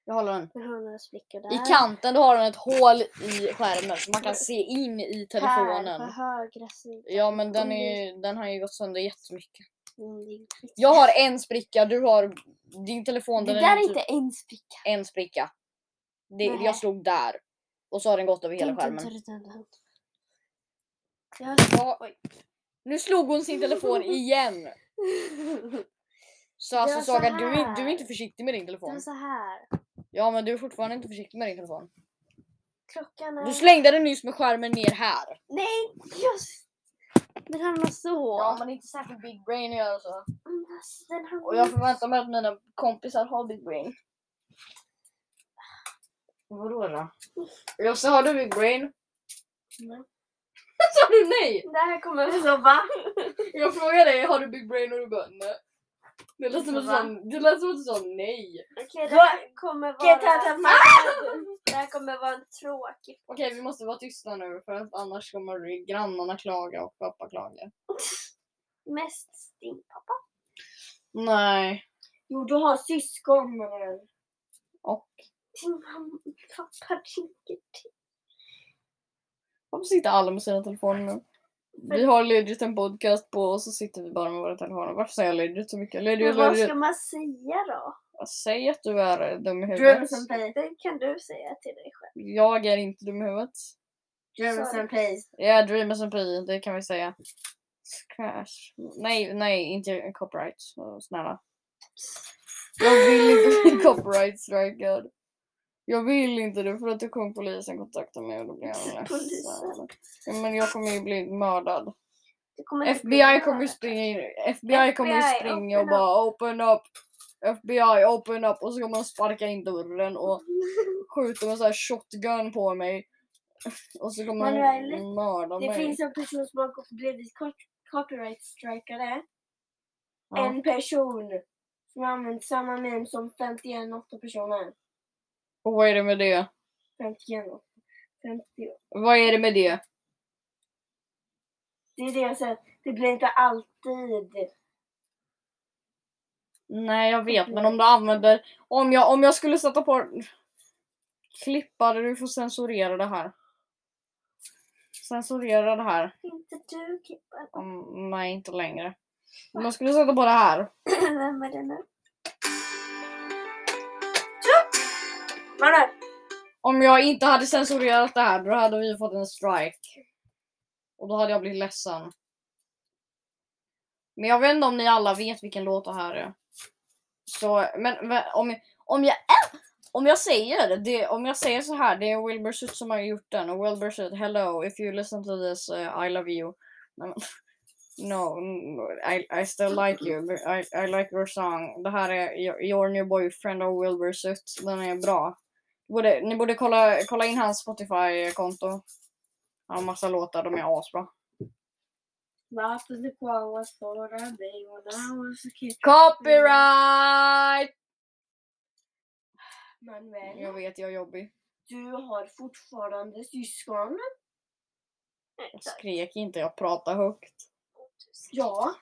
Speaker 1: Jag håller den.
Speaker 3: Jag har några sprickor där.
Speaker 1: I kanten då har den ett hål i skärmen så man kan se in i telefonen.
Speaker 3: Här, på högra sidan.
Speaker 1: Ja men den, är ju, den har ju gått sönder jättemycket.
Speaker 3: Mm, det är inte riktigt.
Speaker 1: Jag har en spricka, du har din telefon.
Speaker 3: Det
Speaker 1: Den
Speaker 3: där
Speaker 1: är typ
Speaker 3: är inte en spricka.
Speaker 1: en spricka. Det,
Speaker 3: Nähä.
Speaker 1: jag slog där. Och så har den gått över hela
Speaker 3: Dun, dun,
Speaker 1: skärmen.
Speaker 3: dun, dun, dun.
Speaker 1: [laughs]
Speaker 3: Jag har... [laughs]
Speaker 1: Ja, nu slog hon sin telefon igen. Så alltså
Speaker 3: var så
Speaker 1: Saga, du, är- du är
Speaker 3: här.
Speaker 1: inte försiktig med din
Speaker 3: Det var
Speaker 1: telefon.
Speaker 3: så här.
Speaker 1: Ja, men du är fortfarande inte försiktig med din telefon.
Speaker 3: Klockan är...
Speaker 1: Du slängde den nyss med skärmen ner här.
Speaker 3: Nej! Just... Den hamnar så.
Speaker 1: Ja, men inte särskilt big brain att göra så.
Speaker 3: Mm, alltså, Den hamnar...
Speaker 1: Och jag förväntar mig att mina kompisar har big brain. Vadå då? Jag sa, har du big brain?
Speaker 2: Nej.
Speaker 1: [laughs] sa du nej?
Speaker 2: Det här kommer så va?
Speaker 1: Jag frågade dig, har du big brain? Och du bara, nej. Det lät som att du sa,
Speaker 2: Va?
Speaker 1: det lät som att du sa nej.
Speaker 3: Okej, det här kommer
Speaker 2: Get out
Speaker 3: vara...
Speaker 2: of my head!
Speaker 3: Det här kommer vara en tråkig...
Speaker 1: Okej, vi måste vara tysta nu för att annars kommer grannarna klaga och pappa klaga.
Speaker 3: Mest stink.
Speaker 1: Nej.
Speaker 2: Jo, du har syskon menar du?
Speaker 3: Din mamma, pappa ringer till.
Speaker 1: Varför sitter alla med sina telefoner nu? Vi har legit en podcast på och så sitter vi bara med våra telefoner. Varför säger jag legit så mycket? Legit,
Speaker 3: Men vad
Speaker 1: legit.
Speaker 3: ska man säga då?
Speaker 1: Säg att du är dum i huvudet.
Speaker 2: Drums and pace.
Speaker 3: Det kan du säga till dig själv.
Speaker 1: Jag är inte dum i huvudet.
Speaker 2: Drums
Speaker 3: Sorry.
Speaker 2: and pace.
Speaker 1: Jag är dreamers and pee, det kan vi säga. Crash. Nej, nej, inte copyright. Åh, Snälla. Jag vill inte
Speaker 3: [laughs]
Speaker 1: bli copyright strikad. Jag vill inte det för att då kommer polisen kontakta mig och då blir jag
Speaker 3: Polisen.
Speaker 1: ledsen. Ja, Men jag kommer ju bli mördad.
Speaker 3: Du kommer inte bli
Speaker 1: FBI kommer ju
Speaker 3: mördad.
Speaker 1: springa in. FBI kommer ju
Speaker 2: FBI,
Speaker 1: springa och
Speaker 2: open
Speaker 1: bara open up. FBI open up och så kommer de sparka in dörren och skjuta med så här shotgun på mig. Och så kommer de
Speaker 2: Manuel,
Speaker 1: mörda
Speaker 2: Det
Speaker 1: mig.
Speaker 2: finns en person som har blivit co- copyright strikade.
Speaker 1: Ja.
Speaker 2: En person som har använt samma meme som 51 8 personer.
Speaker 1: Och vad är det med det?
Speaker 2: 51 8. 50.
Speaker 1: Vad är det med det?
Speaker 2: Det är det jag säger. Det blir inte alltid.
Speaker 1: Nej, jag vet, men om du använder... Om jag, om jag skulle sätta på... Klippare, du får censurera det här. Censurera det här.
Speaker 3: Inte du Kippan.
Speaker 2: [clears throat]
Speaker 1: Mm, nej, inte längre. Om jag skulle sätta på det här.
Speaker 3: Vem är det nu?
Speaker 2: Manuel!
Speaker 1: Om jag inte hade censurerat det här, då hade vi fått en strike. Och då hade jag blivit ledsen. Men jag vet inte om ni alla vet vilken låt det här är. Så, men, men om, om jag... äh! Om jag säger det, om jag säger så här, det är Wilbur Sutt som har gjort den och Wilbur Sutt, hello, if you listen to this, uh, I love you. Nej, men- [laughs] No, n- I, I still like you, but I, I like your song. Det här är Your- Your New Boyfriend av Wilbur Sutt, den är bra. Borde, ni borde kolla, kolla in hans Spotify-konto. Han har massa låtar, de är asbra.
Speaker 2: Life is the koala for a day when I was a kid.
Speaker 1: Copyright! Jag
Speaker 2: Manuel,
Speaker 1: vet, jag är jobbig.
Speaker 2: du har fortfarande syskon.
Speaker 1: Jag skrek inte, jag pratar högt.
Speaker 2: Ja.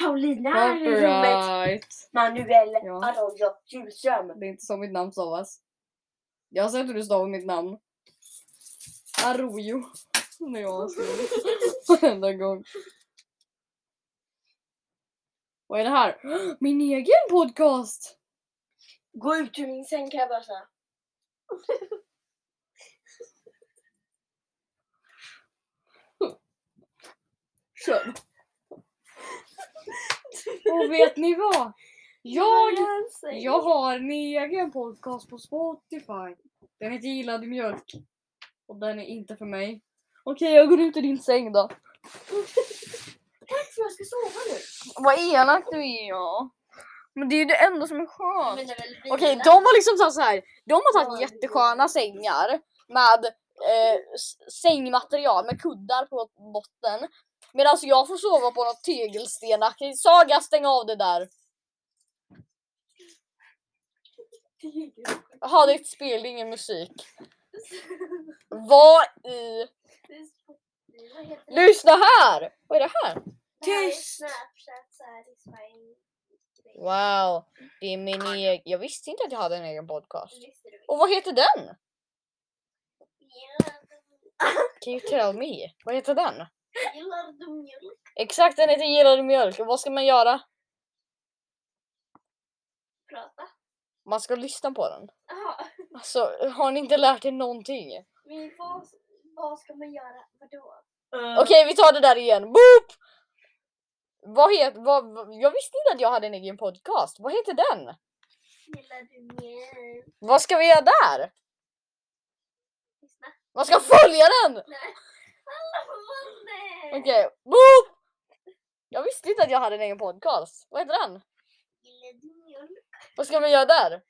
Speaker 2: Paulina här i rummet.
Speaker 1: Copyright!
Speaker 2: Manuel
Speaker 1: Ja.
Speaker 2: Arroyo Julström.
Speaker 1: Det är inte så mitt namn stavas. Jag har sett hur du stavar mitt namn. Arroyo. När jag har skrivit. [laughs] Varenda gång. Vad är det här? [gasps] Min egen podcast!
Speaker 2: Gå ut ur min säng kan jag bara säga.
Speaker 1: Kör. Och vet ni vad? Jag, jag har en egen podcast på Spotify. Den heter Gillad mjölk. Och den är inte för mig. Okej, jag går ut i din säng då.
Speaker 2: Tack för jag ska sova nu.
Speaker 1: Vad elak du är ja. Men det är ju det enda som är skönt.
Speaker 2: Men det är väl vila.
Speaker 1: Okej,
Speaker 3: [laughs]
Speaker 1: de har liksom sagt så här. De har tagit
Speaker 2: Ja,
Speaker 1: jättesköna sängar med eh, s- sängmaterial med kuddar på botten. Medan jag får sova på något tegelstenaktigt. Saga, stäng av det där! Jaha, det är ett spel, det är ingen musik. Vad i...
Speaker 3: Vad heter det?
Speaker 1: Lyssna här! Vad är det här?
Speaker 3: Det här är
Speaker 2: Tyst!
Speaker 3: Snapchat så här i Sverige.
Speaker 1: Wow, det är min egen... Jag visste inte att jag hade en egen podcast.
Speaker 3: Lyssnar du?
Speaker 1: Och vad heter den?
Speaker 3: Gillar du-
Speaker 1: Can you tell me? Vad heter den?
Speaker 3: Gillar du mjölk?
Speaker 1: Exakt, den heter Gillar du mjölk? Och vad ska man göra?
Speaker 3: Prata.
Speaker 1: Man ska lyssna på den.
Speaker 3: Jaha,
Speaker 1: Alltså, har ni inte lärt er någonting?
Speaker 3: men vad, vad ska man göra? Vadå?
Speaker 2: Eh,
Speaker 1: Okej, vi tar det där igen. Boop! Vad het, vad, vad- jag visste inte att jag hade en egen podcast. Vad heter den?
Speaker 3: Gillar du mjölk?
Speaker 1: Vad ska vi göra där?
Speaker 3: Lyssna.
Speaker 1: Man ska följa den!
Speaker 3: Alla får vara med!
Speaker 1: Okej, boop! Jag visste inte att jag hade en egen podcast. Vad heter den?
Speaker 3: Gillar du mjölk?
Speaker 1: Vad ska vi göra där?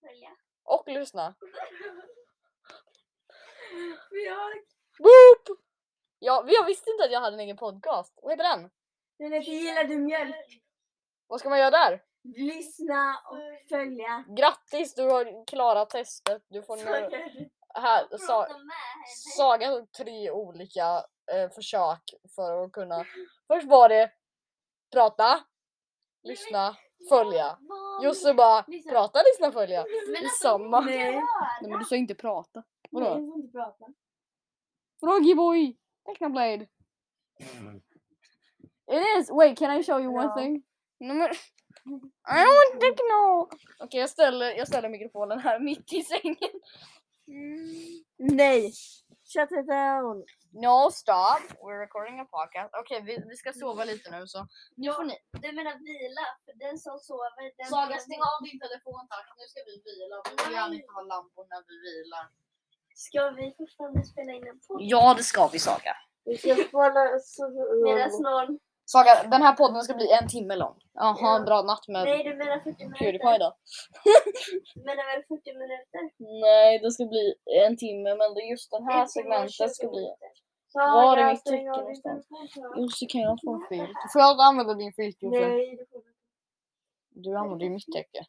Speaker 3: Följa.
Speaker 1: Och lyssna.
Speaker 2: Björk.
Speaker 1: Boop! Ja, jag visste inte att jag hade en egen podcast. Vad heter den?
Speaker 2: Den heter Gillar du mjölk?
Speaker 1: Vad ska man göra där?
Speaker 2: Lyssna och följa.
Speaker 1: Grattis, du har klarat testet. Du får nu... Här, sa,
Speaker 3: Prata med henne.
Speaker 1: Saga tog tre olika eh, försök för att kunna... Först var det prata, lyssna, följa.
Speaker 3: Vad-
Speaker 1: Josse bara
Speaker 3: lyssna.
Speaker 1: prata, lyssna, följa.
Speaker 3: Men alltså,
Speaker 1: samma.
Speaker 3: vad ska jag
Speaker 2: Nej.
Speaker 3: göra?
Speaker 1: Nej men du sa inte prata.
Speaker 2: Nej,
Speaker 1: Vadå?
Speaker 2: jag får inte prata.
Speaker 1: Froggyboy! Techna blade! It is! Wait, can I show you
Speaker 2: Ja.
Speaker 1: one thing? Nej men... I don't think no! Okej jag, ställer, jag ställer mikrofonen här mitt i sängen.
Speaker 2: Nej. Shut it down.
Speaker 1: No stop, we're recording a podcast. Okej vi, vi ska sova lite nu så. Nu får ni...
Speaker 3: Du menar vila, för den som sover den
Speaker 1: Saga, stäng av din telefon tack. Nu ska vi vila. Vi får gärna
Speaker 3: Nej.
Speaker 1: inte ha lampor när vi vilar.
Speaker 3: Ska vi fortfarande spela in en podd?
Speaker 1: Ja, det ska vi Saga.
Speaker 2: Vi ska spara
Speaker 3: Medan någon...
Speaker 1: Saga, den här podden ska bli en timme lång. Jaha,
Speaker 3: Ja.
Speaker 1: bra natt med
Speaker 3: Nej, du menar 40
Speaker 1: Pewdiepie
Speaker 3: minuter.
Speaker 1: då.
Speaker 3: Du menar väl 40 minuter?
Speaker 1: Nej, det ska bli en timme men det är just den här
Speaker 3: En timme och
Speaker 1: segmentet ska
Speaker 3: 20
Speaker 1: bli...
Speaker 3: minuter.
Speaker 1: Var är
Speaker 2: Saga,
Speaker 1: mitt
Speaker 2: stäng
Speaker 1: tecken
Speaker 2: av din
Speaker 1: någonstans?
Speaker 2: telefon, Saga.
Speaker 1: Josse, kan jag få en filt? Får jag använda din filt Josse?
Speaker 2: Nej, det får du inte.
Speaker 1: Du använder ju mitt [laughs] täcke.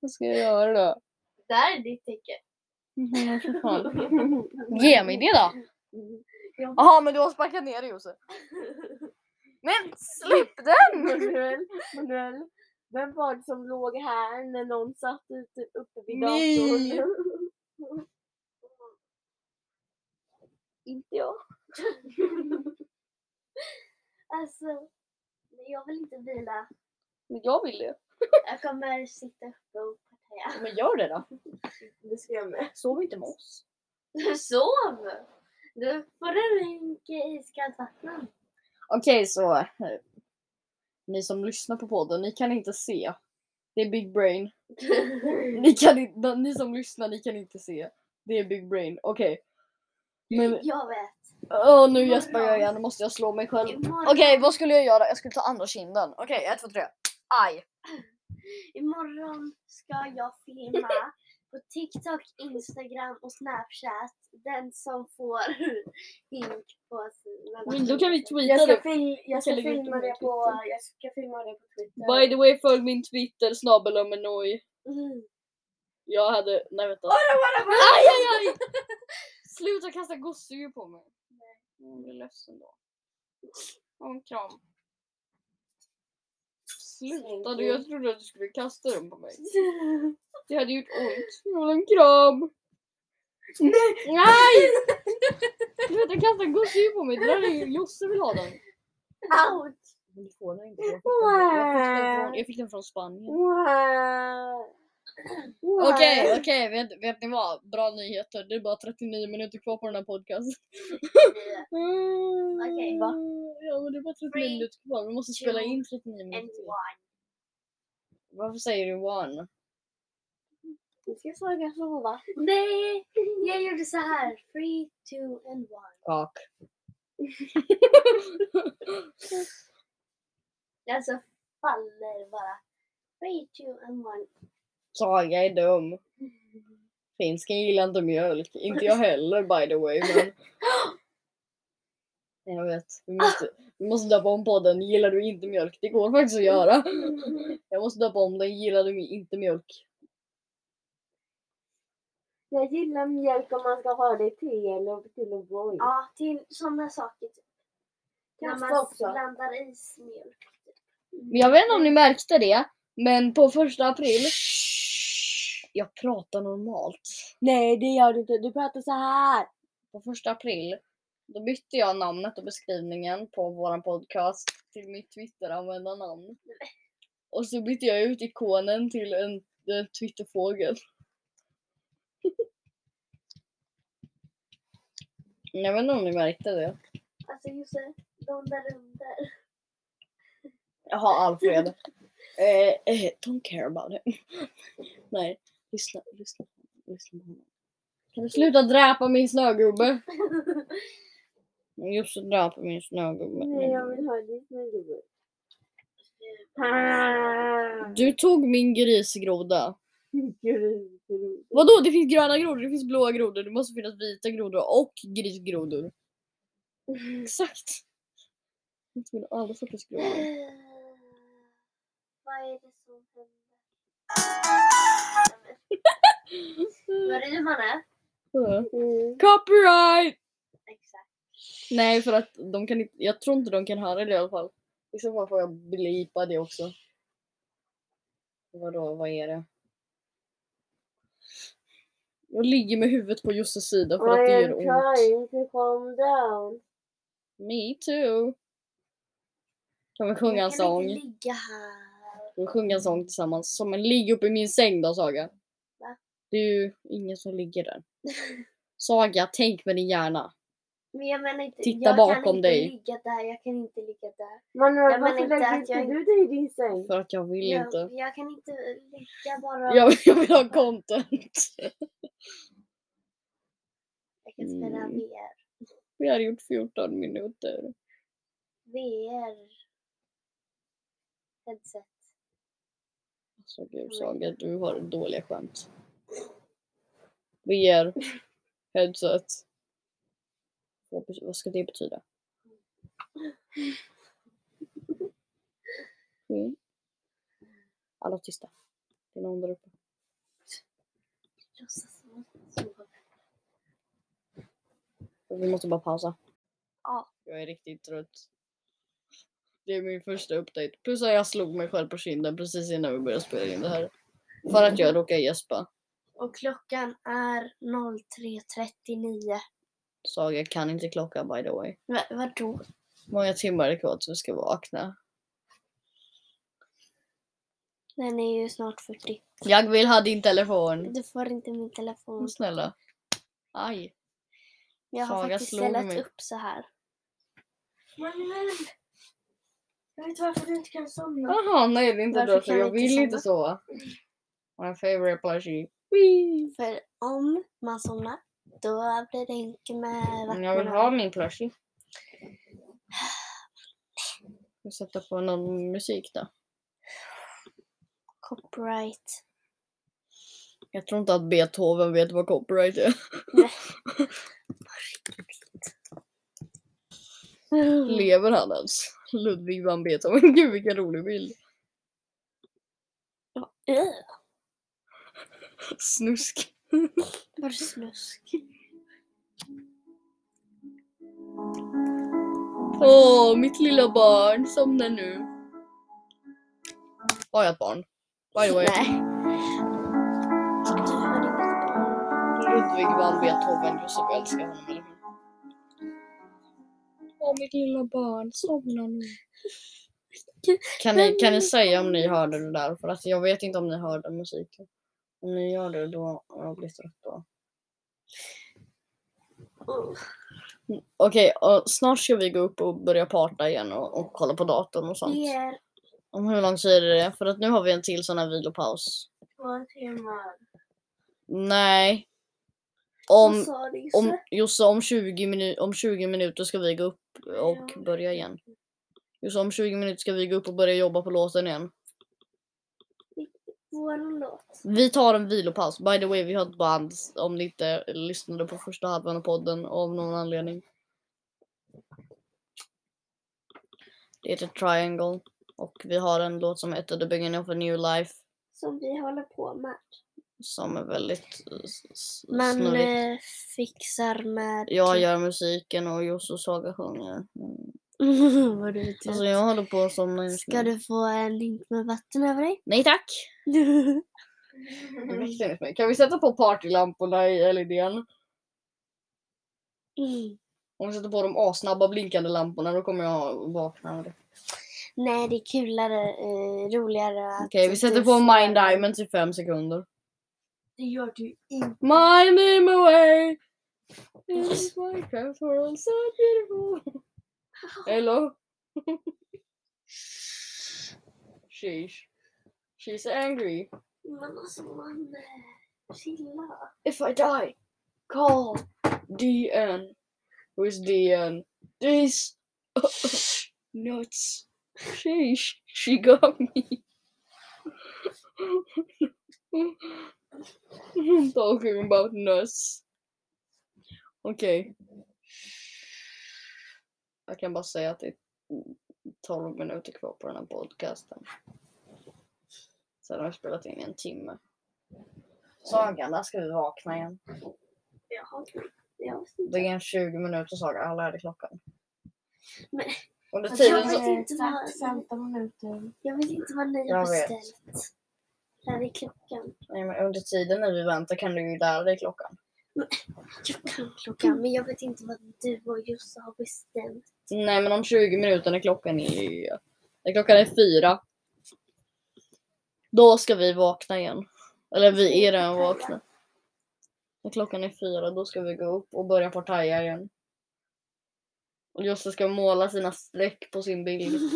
Speaker 1: Vad ska jag göra då?
Speaker 3: Där är ditt tecken.
Speaker 1: Mhm, för [laughs] fan. Ge mig det då! Jaha, men du har sparkat ner det Josse. Men [laughs] släpp den!
Speaker 2: Manuel, Manuel. Vem var det som låg här när någon satt ute uppe vid
Speaker 1: Nej.
Speaker 2: datorn? Inte jag.
Speaker 3: [laughs] Alltså, men jag vill inte vila.
Speaker 1: Men jag vill det.
Speaker 3: Jag kommer sitta uppe och partaja.
Speaker 1: Men gör det då.
Speaker 2: Det ska jag med.
Speaker 1: Sov inte med oss.
Speaker 3: [clears throat] Sov! Du får en rink iskallt vatten.
Speaker 1: Okej, så eh, ni som lyssnar på podden, ni kan inte se. Det är Big Brain. Ni, kan inte, ni som lyssnar, ni kan inte se. Det är Big Brain. Okej. Men,
Speaker 3: [laughs] Jag vet.
Speaker 1: åh nu gäspar jag igen, nu måste jag slå mig själv.
Speaker 3: Imorgon,
Speaker 1: Okej, vad skulle jag göra? Jag skulle ta andra kinden. Okej, ett, två, tre. Aj!
Speaker 3: imorgon ska jag filma
Speaker 1: [laughs]
Speaker 3: på TikTok, Instagram och Snapchat. Den som får [laughs] hink på sina
Speaker 1: Men då kan vi tweeta
Speaker 2: Jag ska,
Speaker 1: det.
Speaker 2: fil- jag ska,
Speaker 1: kan lägga ut
Speaker 2: filma
Speaker 1: dem på
Speaker 2: det på, jag ska filma det på Twitter.
Speaker 1: By the way, följ min Twitter, snabelömenoj. [laughs]
Speaker 3: Mm.
Speaker 1: Jag hade, nej vänta.
Speaker 2: Aj, aj, aj!
Speaker 1: [laughs] Sluta kasta gosedjur på mig. Nej. Jag blir ledsen då. Och en kram. Sluta du, jag trodde att du skulle kasta dem på [laughs] mig. Det hade gjort ont. Jag vill ha en kram.
Speaker 2: Nej!
Speaker 1: [laughs] Nej! Sluta kasta gosedjur på mig, det där är ju Josse vill ha den.
Speaker 3: Ouch!
Speaker 1: Men du får den inte. Jag fick den från- jag fick den från- Jag fick den från Spanien.
Speaker 2: Wow. Wow.
Speaker 1: Okej, okej, vet, vet ni vad? Bra nyheter. Det är bara 39 minuter kvar på den här podcasten.
Speaker 3: Okej,
Speaker 1: va? Ja, men det är bara 39
Speaker 3: Three,
Speaker 1: minuter kvar. Vi måste spela
Speaker 3: two,
Speaker 1: in 39
Speaker 3: And
Speaker 1: minuter.
Speaker 3: one.
Speaker 1: Varför säger du one?
Speaker 2: Nu ska Saga sova.
Speaker 3: Nej! Jag gjorde så här. Three, two and one.
Speaker 1: Kak.
Speaker 3: Alltså faller bara. Three, two and one.
Speaker 1: Saga är dum. Finsken gillar inte mjölk. Inte jag heller by the way.
Speaker 3: [gasps]
Speaker 1: Men... Jag vet. Vi måste, vi måste döpa om podden. Gillar du inte mjölk? Det går faktiskt att göra. [clears throat] Jag måste döpa om den. Gillar du inte mjölk?
Speaker 2: Jag gillar mjölk om man ska ha det till eller till O'boy.
Speaker 3: Ja, till sådana saker. typ. När
Speaker 2: Kasta
Speaker 3: man
Speaker 2: också.
Speaker 3: blandar i mjölk.
Speaker 1: Men jag vet inte om
Speaker 2: Mm.
Speaker 1: ni märkte det. Men på första april. Jag pratar normalt.
Speaker 2: Nej det gör du inte, du pratar så här.
Speaker 1: på första april då bytte jag namnet och beskrivningen på våran podcast till mitt Twitter-användarnamn. Och så bytte jag ut ikonen till en, en Twitterfågel. [laughs] Jag vet inte om ni märkte det.
Speaker 3: Alltså just det, de där under.
Speaker 1: Jaha, Alfred. eh, eh, don't care about it. [laughs] Nej, lyssna, lyssna, lyssna på honom. Kan du sluta dräpa
Speaker 4: [laughs]
Speaker 1: min snögubbe? Just att dräpa min snögubbe.
Speaker 4: Nej, jag vill ha ditt med gubbe. Ah!
Speaker 1: Du tog min grisgroda.
Speaker 4: Gud, gud.
Speaker 1: Vadå? Det finns gröna grodor, det finns blåa grodor, det måste finnas vita grodor och
Speaker 4: [laughs]
Speaker 1: grisgrodor. Exakt. Det finns alla sorters grodor.
Speaker 3: [laughs] Vad är det
Speaker 4: [laughs]
Speaker 3: som händer? Vad är det man är?
Speaker 1: Så.
Speaker 4: Mm.
Speaker 1: Copyright!
Speaker 3: Exakt.
Speaker 1: Nej, för att de kan inte, jag tror inte de kan höra det i alla fall. I så fall får jag blipa det också. Vadå, vad är det? Jag ligger med huvudet på Josses sida för att det
Speaker 4: I
Speaker 1: gör
Speaker 4: am
Speaker 1: ont.
Speaker 4: trying to calm down.
Speaker 1: Me too! Kan vi sjunga en
Speaker 3: Jag kan inte
Speaker 1: sång?
Speaker 3: ligga här.
Speaker 1: Kan vi sjunga en sång tillsammans? Som en ligg upp i min säng då Saga.
Speaker 3: Va?
Speaker 1: Det är ju ingen som ligger
Speaker 3: [laughs]
Speaker 1: där. Saga, tänk med din hjärna.
Speaker 3: Men jag menar inte,
Speaker 1: Titta
Speaker 3: jag kan
Speaker 1: bakom
Speaker 3: inte
Speaker 1: dig.
Speaker 3: ligga där, jag kan inte ligga där.
Speaker 4: Manuel,
Speaker 3: Jag
Speaker 4: varför
Speaker 3: menar inte
Speaker 4: lägger
Speaker 3: att
Speaker 4: inte
Speaker 3: jag-
Speaker 4: du dig i din säng?
Speaker 1: För att jag vill inte.
Speaker 3: Jag, jag kan inte ligga bara.
Speaker 1: Jag, jag vill ha content.
Speaker 3: Jag kan spela
Speaker 1: Mm.
Speaker 3: VR.
Speaker 1: Vi har gjort 14 minuter.
Speaker 3: VR. Headset.
Speaker 1: Alltså gud Saga, du har dåliga skämt. VR. Headset. Vad bety- Vad ska det betyda? Mm. Alla tysta. Det är någon där uppe.
Speaker 3: Låtsas som att jag sover.
Speaker 1: Vi måste bara pausa.
Speaker 3: Ja.
Speaker 1: Jag är riktigt trött. Det är min första update. Plus att jag slog mig själv på kinden precis innan vi började spela in det här. För att jag råkade gäspa.
Speaker 3: Och klockan är 03.39.
Speaker 1: Så jag kan inte klockan by the way.
Speaker 3: Va, vadå?
Speaker 1: Många timmar är kvar tills vi ska vakna.
Speaker 3: Den är ju snart 40.
Speaker 1: Jag vill ha din telefon.
Speaker 3: Du får inte min telefon.
Speaker 1: Snälla. Aj.
Speaker 3: Jag har
Speaker 1: Saga
Speaker 3: faktiskt
Speaker 1: slog
Speaker 3: ställt
Speaker 1: mig.
Speaker 3: upp så här.
Speaker 2: Manuel! Jag vet varför du inte kan somna.
Speaker 1: Jaha, nej det är inte
Speaker 3: Varför
Speaker 1: därför.
Speaker 3: kan
Speaker 1: Jag
Speaker 3: vi
Speaker 1: vill
Speaker 3: inte
Speaker 1: inte sova. My favorite plushie. Wee.
Speaker 3: För om man somnar, då blir det inte med
Speaker 1: Men
Speaker 3: vatten.
Speaker 1: Jag vill
Speaker 3: och-
Speaker 1: ha min plushie. Vi sätter på någon musik då.
Speaker 3: Copyright.
Speaker 1: Jag tror inte att Beethoven vet vad copyright är. Lever han ens? Ludwig van Beethoven. [laughs] Gud vilken rolig bild.
Speaker 3: Ugh,
Speaker 1: Snusk.
Speaker 3: Vad snusk.
Speaker 1: Åh, mitt lilla barn somnar nu. Har jag ett barn? By the way,
Speaker 3: Nej. Du har inget barn.
Speaker 1: Ludwig van Beethoven. Josef älskar honom eller hur? Åh, mitt lilla barn somnar nu. Kan ni, kan ni säga om ni hörde det där? För att jag vet inte om ni hörde musiken. Om ni gör det då, jag blir trött då.
Speaker 3: Ugh.
Speaker 1: Okej, och snart ska vi gå upp och börja parta igen och, och kolla på datorn och sånt.
Speaker 3: Det är
Speaker 1: Om hur lång tid är det? För att nu har vi en till sån här vilopaus.
Speaker 2: Två timmar.
Speaker 1: Nej. Om,
Speaker 3: Vad sa du,
Speaker 1: om,
Speaker 3: Josef?
Speaker 1: Jossa, om, 20 minu- om 20 minuter ska vi gå upp och börja igen. Jossa, om 20 minuter ska vi gå upp och börja jobba på låten igen.
Speaker 3: Vår låt.
Speaker 1: Vi tar en vilopaus. By the way, vi har ett band om ni inte lyssnade på första halvan av podden av någon anledning. Det heter Triangle och vi har en låt som heter The Beginning of a New Life
Speaker 3: Som vi håller på med.
Speaker 1: som är väldigt eh, s- s-
Speaker 3: Man
Speaker 1: snurrig.
Speaker 3: eh, typ- fixar med...
Speaker 1: Jag gör musiken och Josse och Saga sjunger. Mm.
Speaker 3: [laughs] Vad du vet.
Speaker 1: Alltså jag håller på att somna just
Speaker 3: Typ. Ska
Speaker 1: nu.
Speaker 3: du få en hink med vatten över dig? [laughs]
Speaker 1: Nej tack! Mm-hmm. Kan vi sätta på partylamporna i E LEDn?
Speaker 3: Mm.
Speaker 1: Om vi sätter på de assnabba blinkande lamporna då kommer jag vakna av det.
Speaker 3: Nej, det är kulare, eh, roligare att...
Speaker 1: Okej, vi sätter
Speaker 3: du
Speaker 1: på
Speaker 3: får-
Speaker 1: Mind Diamonds i fem sekunder.
Speaker 2: Det gör du inte.
Speaker 1: Mind him away! Is Minecraft world so beautiful? Hello? [laughs] Sheesh. She's angry.
Speaker 3: Men alltså man, eh, chilla.
Speaker 1: If I die, call DN. Who's DN? This [laughs] nuts. Sheesh, she got me. [laughs] I'm talking about nuts. Okej. Jag kan bara säga att det är 12 minuter kvar på den här podcasten. Sen har jag spelat in i en timme. Saga, när ska vi vakna igen?
Speaker 3: Jag har jag vet
Speaker 1: Det
Speaker 3: inte.
Speaker 1: är en 20 minuters saga, alla är det klockan.
Speaker 3: Men-
Speaker 1: Under
Speaker 2: Alltså,
Speaker 3: Jag
Speaker 1: tiden
Speaker 3: vet
Speaker 1: så...
Speaker 3: inte vad-
Speaker 2: 15 minuter.
Speaker 3: Jag vet inte vad ni har
Speaker 1: Jag vet.
Speaker 3: beställt. Där är klockan.
Speaker 1: Nej, men under tiden när vi väntar kan du ju lära dig klockan.
Speaker 3: Jag kan klockan, men jag vet inte vad du och Jossa har bestämt.
Speaker 1: Nej, men om 20 minuter när klockan är... När klockan är fyra. Då ska vi vakna igen. Eller vi är redan vakna. När klockan är fyra, då ska vi gå upp och börja partaja igen. Och Josse ska måla sina streck på sin bild.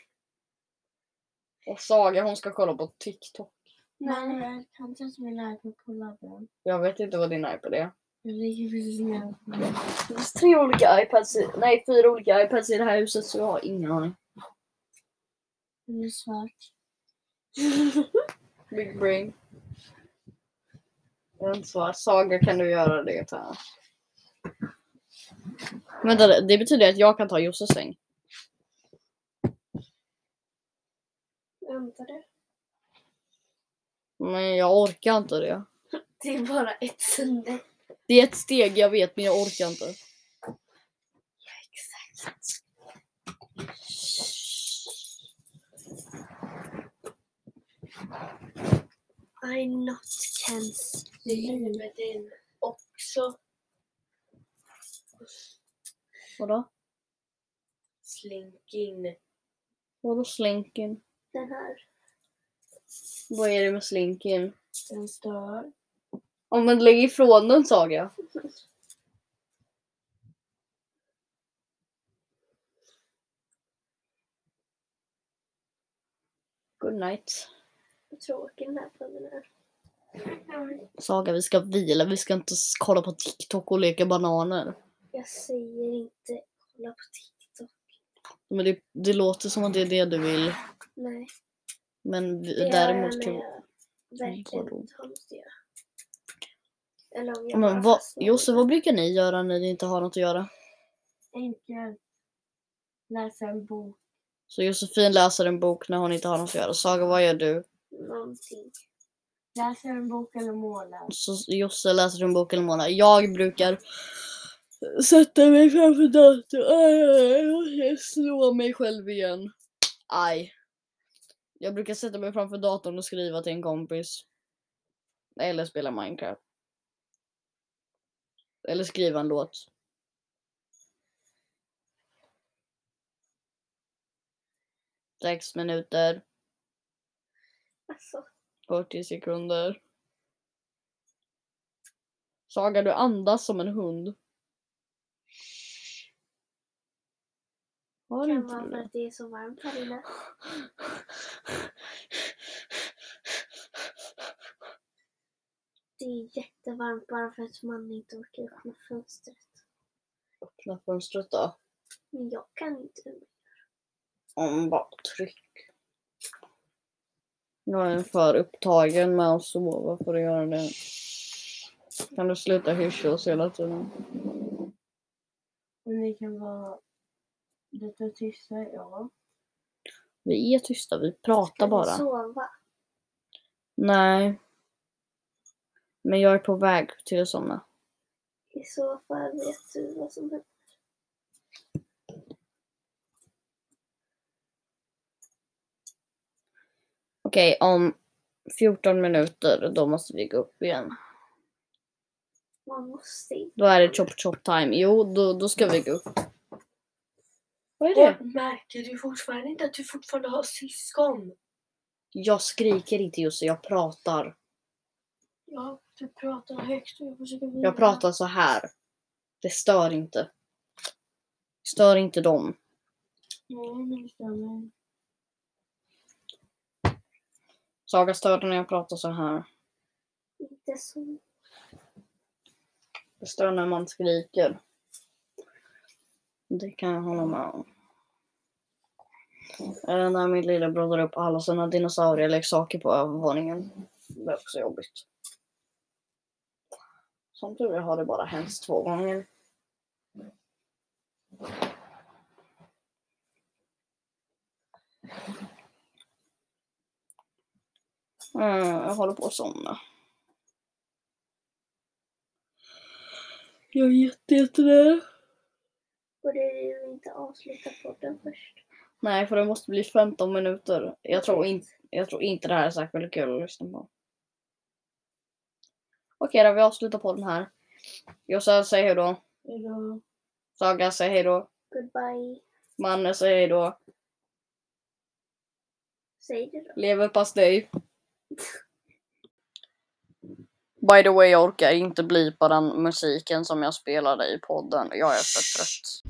Speaker 3: [laughs]
Speaker 1: Och Saga, hon ska kolla på TikTok.
Speaker 2: Nej, men jag kan inte ens min iPad kolla på.
Speaker 1: Jag vet inte vad din iPad är.
Speaker 2: Jag ligger precis ner.
Speaker 1: Det finns tre olika iPads, i, nej fyra olika iPads i det här huset så jag har ingen aning.
Speaker 2: Den är svart.
Speaker 1: Big brain. Det är inte svårt. Saga kan du göra det här. Vänta, det det betyder att jag kan ta Josses säng.
Speaker 3: Väntar du?
Speaker 1: Men jag orkar inte det.
Speaker 2: Det är bara ett sönder.
Speaker 1: Det är ett steg jag vet men jag orkar inte.
Speaker 3: I not can sleep.
Speaker 2: Livet är också
Speaker 1: Vadå?
Speaker 2: slinkin.
Speaker 1: Vadå slinkin?
Speaker 3: Den här.
Speaker 1: Vad är det med slinkin?
Speaker 2: Den står.
Speaker 1: Om man lägger ifrån den Saga. Good night.
Speaker 3: Vad tråkig den här podden är.
Speaker 1: Saga, vi ska vila. Vi ska inte s- kolla på TikTok och leka bananer.
Speaker 3: Jag säger inte kolla på TikTok.
Speaker 1: Men det, det låter som att det är det du vill.
Speaker 3: Nej.
Speaker 1: Men vi,
Speaker 3: det gör
Speaker 1: däremot
Speaker 3: jag
Speaker 1: kan
Speaker 3: när
Speaker 1: vi...
Speaker 3: jag Verkligen
Speaker 1: Vadå?
Speaker 3: inte har något att göra. Eller om jag bara
Speaker 1: Men vad,
Speaker 3: fastnar i
Speaker 1: Josse,
Speaker 3: det.
Speaker 1: vad brukar ni göra när ni inte har något att göra?
Speaker 2: Enkelt. Läsa en bok.
Speaker 1: Så Josefin läser en bok när hon inte har något att göra. Saga, vad gör du?
Speaker 3: Någonting.
Speaker 2: Läser en bok eller målar.
Speaker 1: Så Josse läser en bok eller målar. Jag brukar sätta mig framför datorn. Aj, aj, aj, Slå mig själv igen. Aj. Jag brukar sätta mig framför datorn och skriva till en kompis. Eller spela Minecraft. Eller skriva en låt. Sex minuter,
Speaker 3: Alltså,
Speaker 1: 40 sekunder. Saga, du andas som en hund. Har
Speaker 3: kan
Speaker 1: inte
Speaker 3: vara
Speaker 1: du [laughs]
Speaker 3: för
Speaker 1: det?
Speaker 3: att det är så varmt här inne. Det är jättevarmt bara för att man inte orkar öppna fönstret.
Speaker 1: Öppna fönstret då.
Speaker 3: Men jag kan inte.
Speaker 1: Om bara tryck. Jag är för upptagen med att sova för att göra det. Kan du sluta hyscha oss hela tiden?
Speaker 2: Och ni kan vara lite tysta, ja.
Speaker 1: Vi är tysta, vi
Speaker 3: Ska
Speaker 1: pratar
Speaker 3: vi
Speaker 1: bara.
Speaker 3: Sova.
Speaker 1: Nej. Men jag är på väg till att somna.
Speaker 3: I så fall vet du vad som händer.
Speaker 1: Okej, om 14 minuter då måste vi gå upp igen.
Speaker 3: Man måste inte.
Speaker 1: Då är det chop chop time. Jo, då, då ska vi gå upp. Vad är det?
Speaker 2: märker du fortfarande inte att du fortfarande har syskon?
Speaker 1: Jag skriker inte just så jag pratar.
Speaker 3: Ja, du pratar högt och jag försöker
Speaker 1: Jag pratar så här. Det stör inte. Stör inte dem.
Speaker 3: Ja, men det stämmer.
Speaker 1: Saga stör när jag pratar så här.
Speaker 3: Inte så.
Speaker 1: Det stör när man skriker. Det kan jag hålla med om. Äh, när min lillebror drar upp alla sina dinosaurieleksaker på övervåningen. Det är också jobbigt. Som tur är har det bara hänt två gånger. Mm, jag håller på att somna. Jag är jätte, jättenerv.
Speaker 3: Borde du inte avsluta podden först?
Speaker 1: Nej, för det måste bli 15 minuter. Jag tror, in, jag tror inte det här är särskilt kul att lyssna på. Okej då, vi avslutar podden här. Jossan säger hejdå.
Speaker 3: Hejdå.
Speaker 1: Saga säger hejdå.
Speaker 3: Goodbye.
Speaker 1: Manne säger hejdå.
Speaker 3: Säg det då.
Speaker 1: Leverpastej. By the way, jag orkar inte blipa den musiken som jag spelade i podden. Jag är för trött.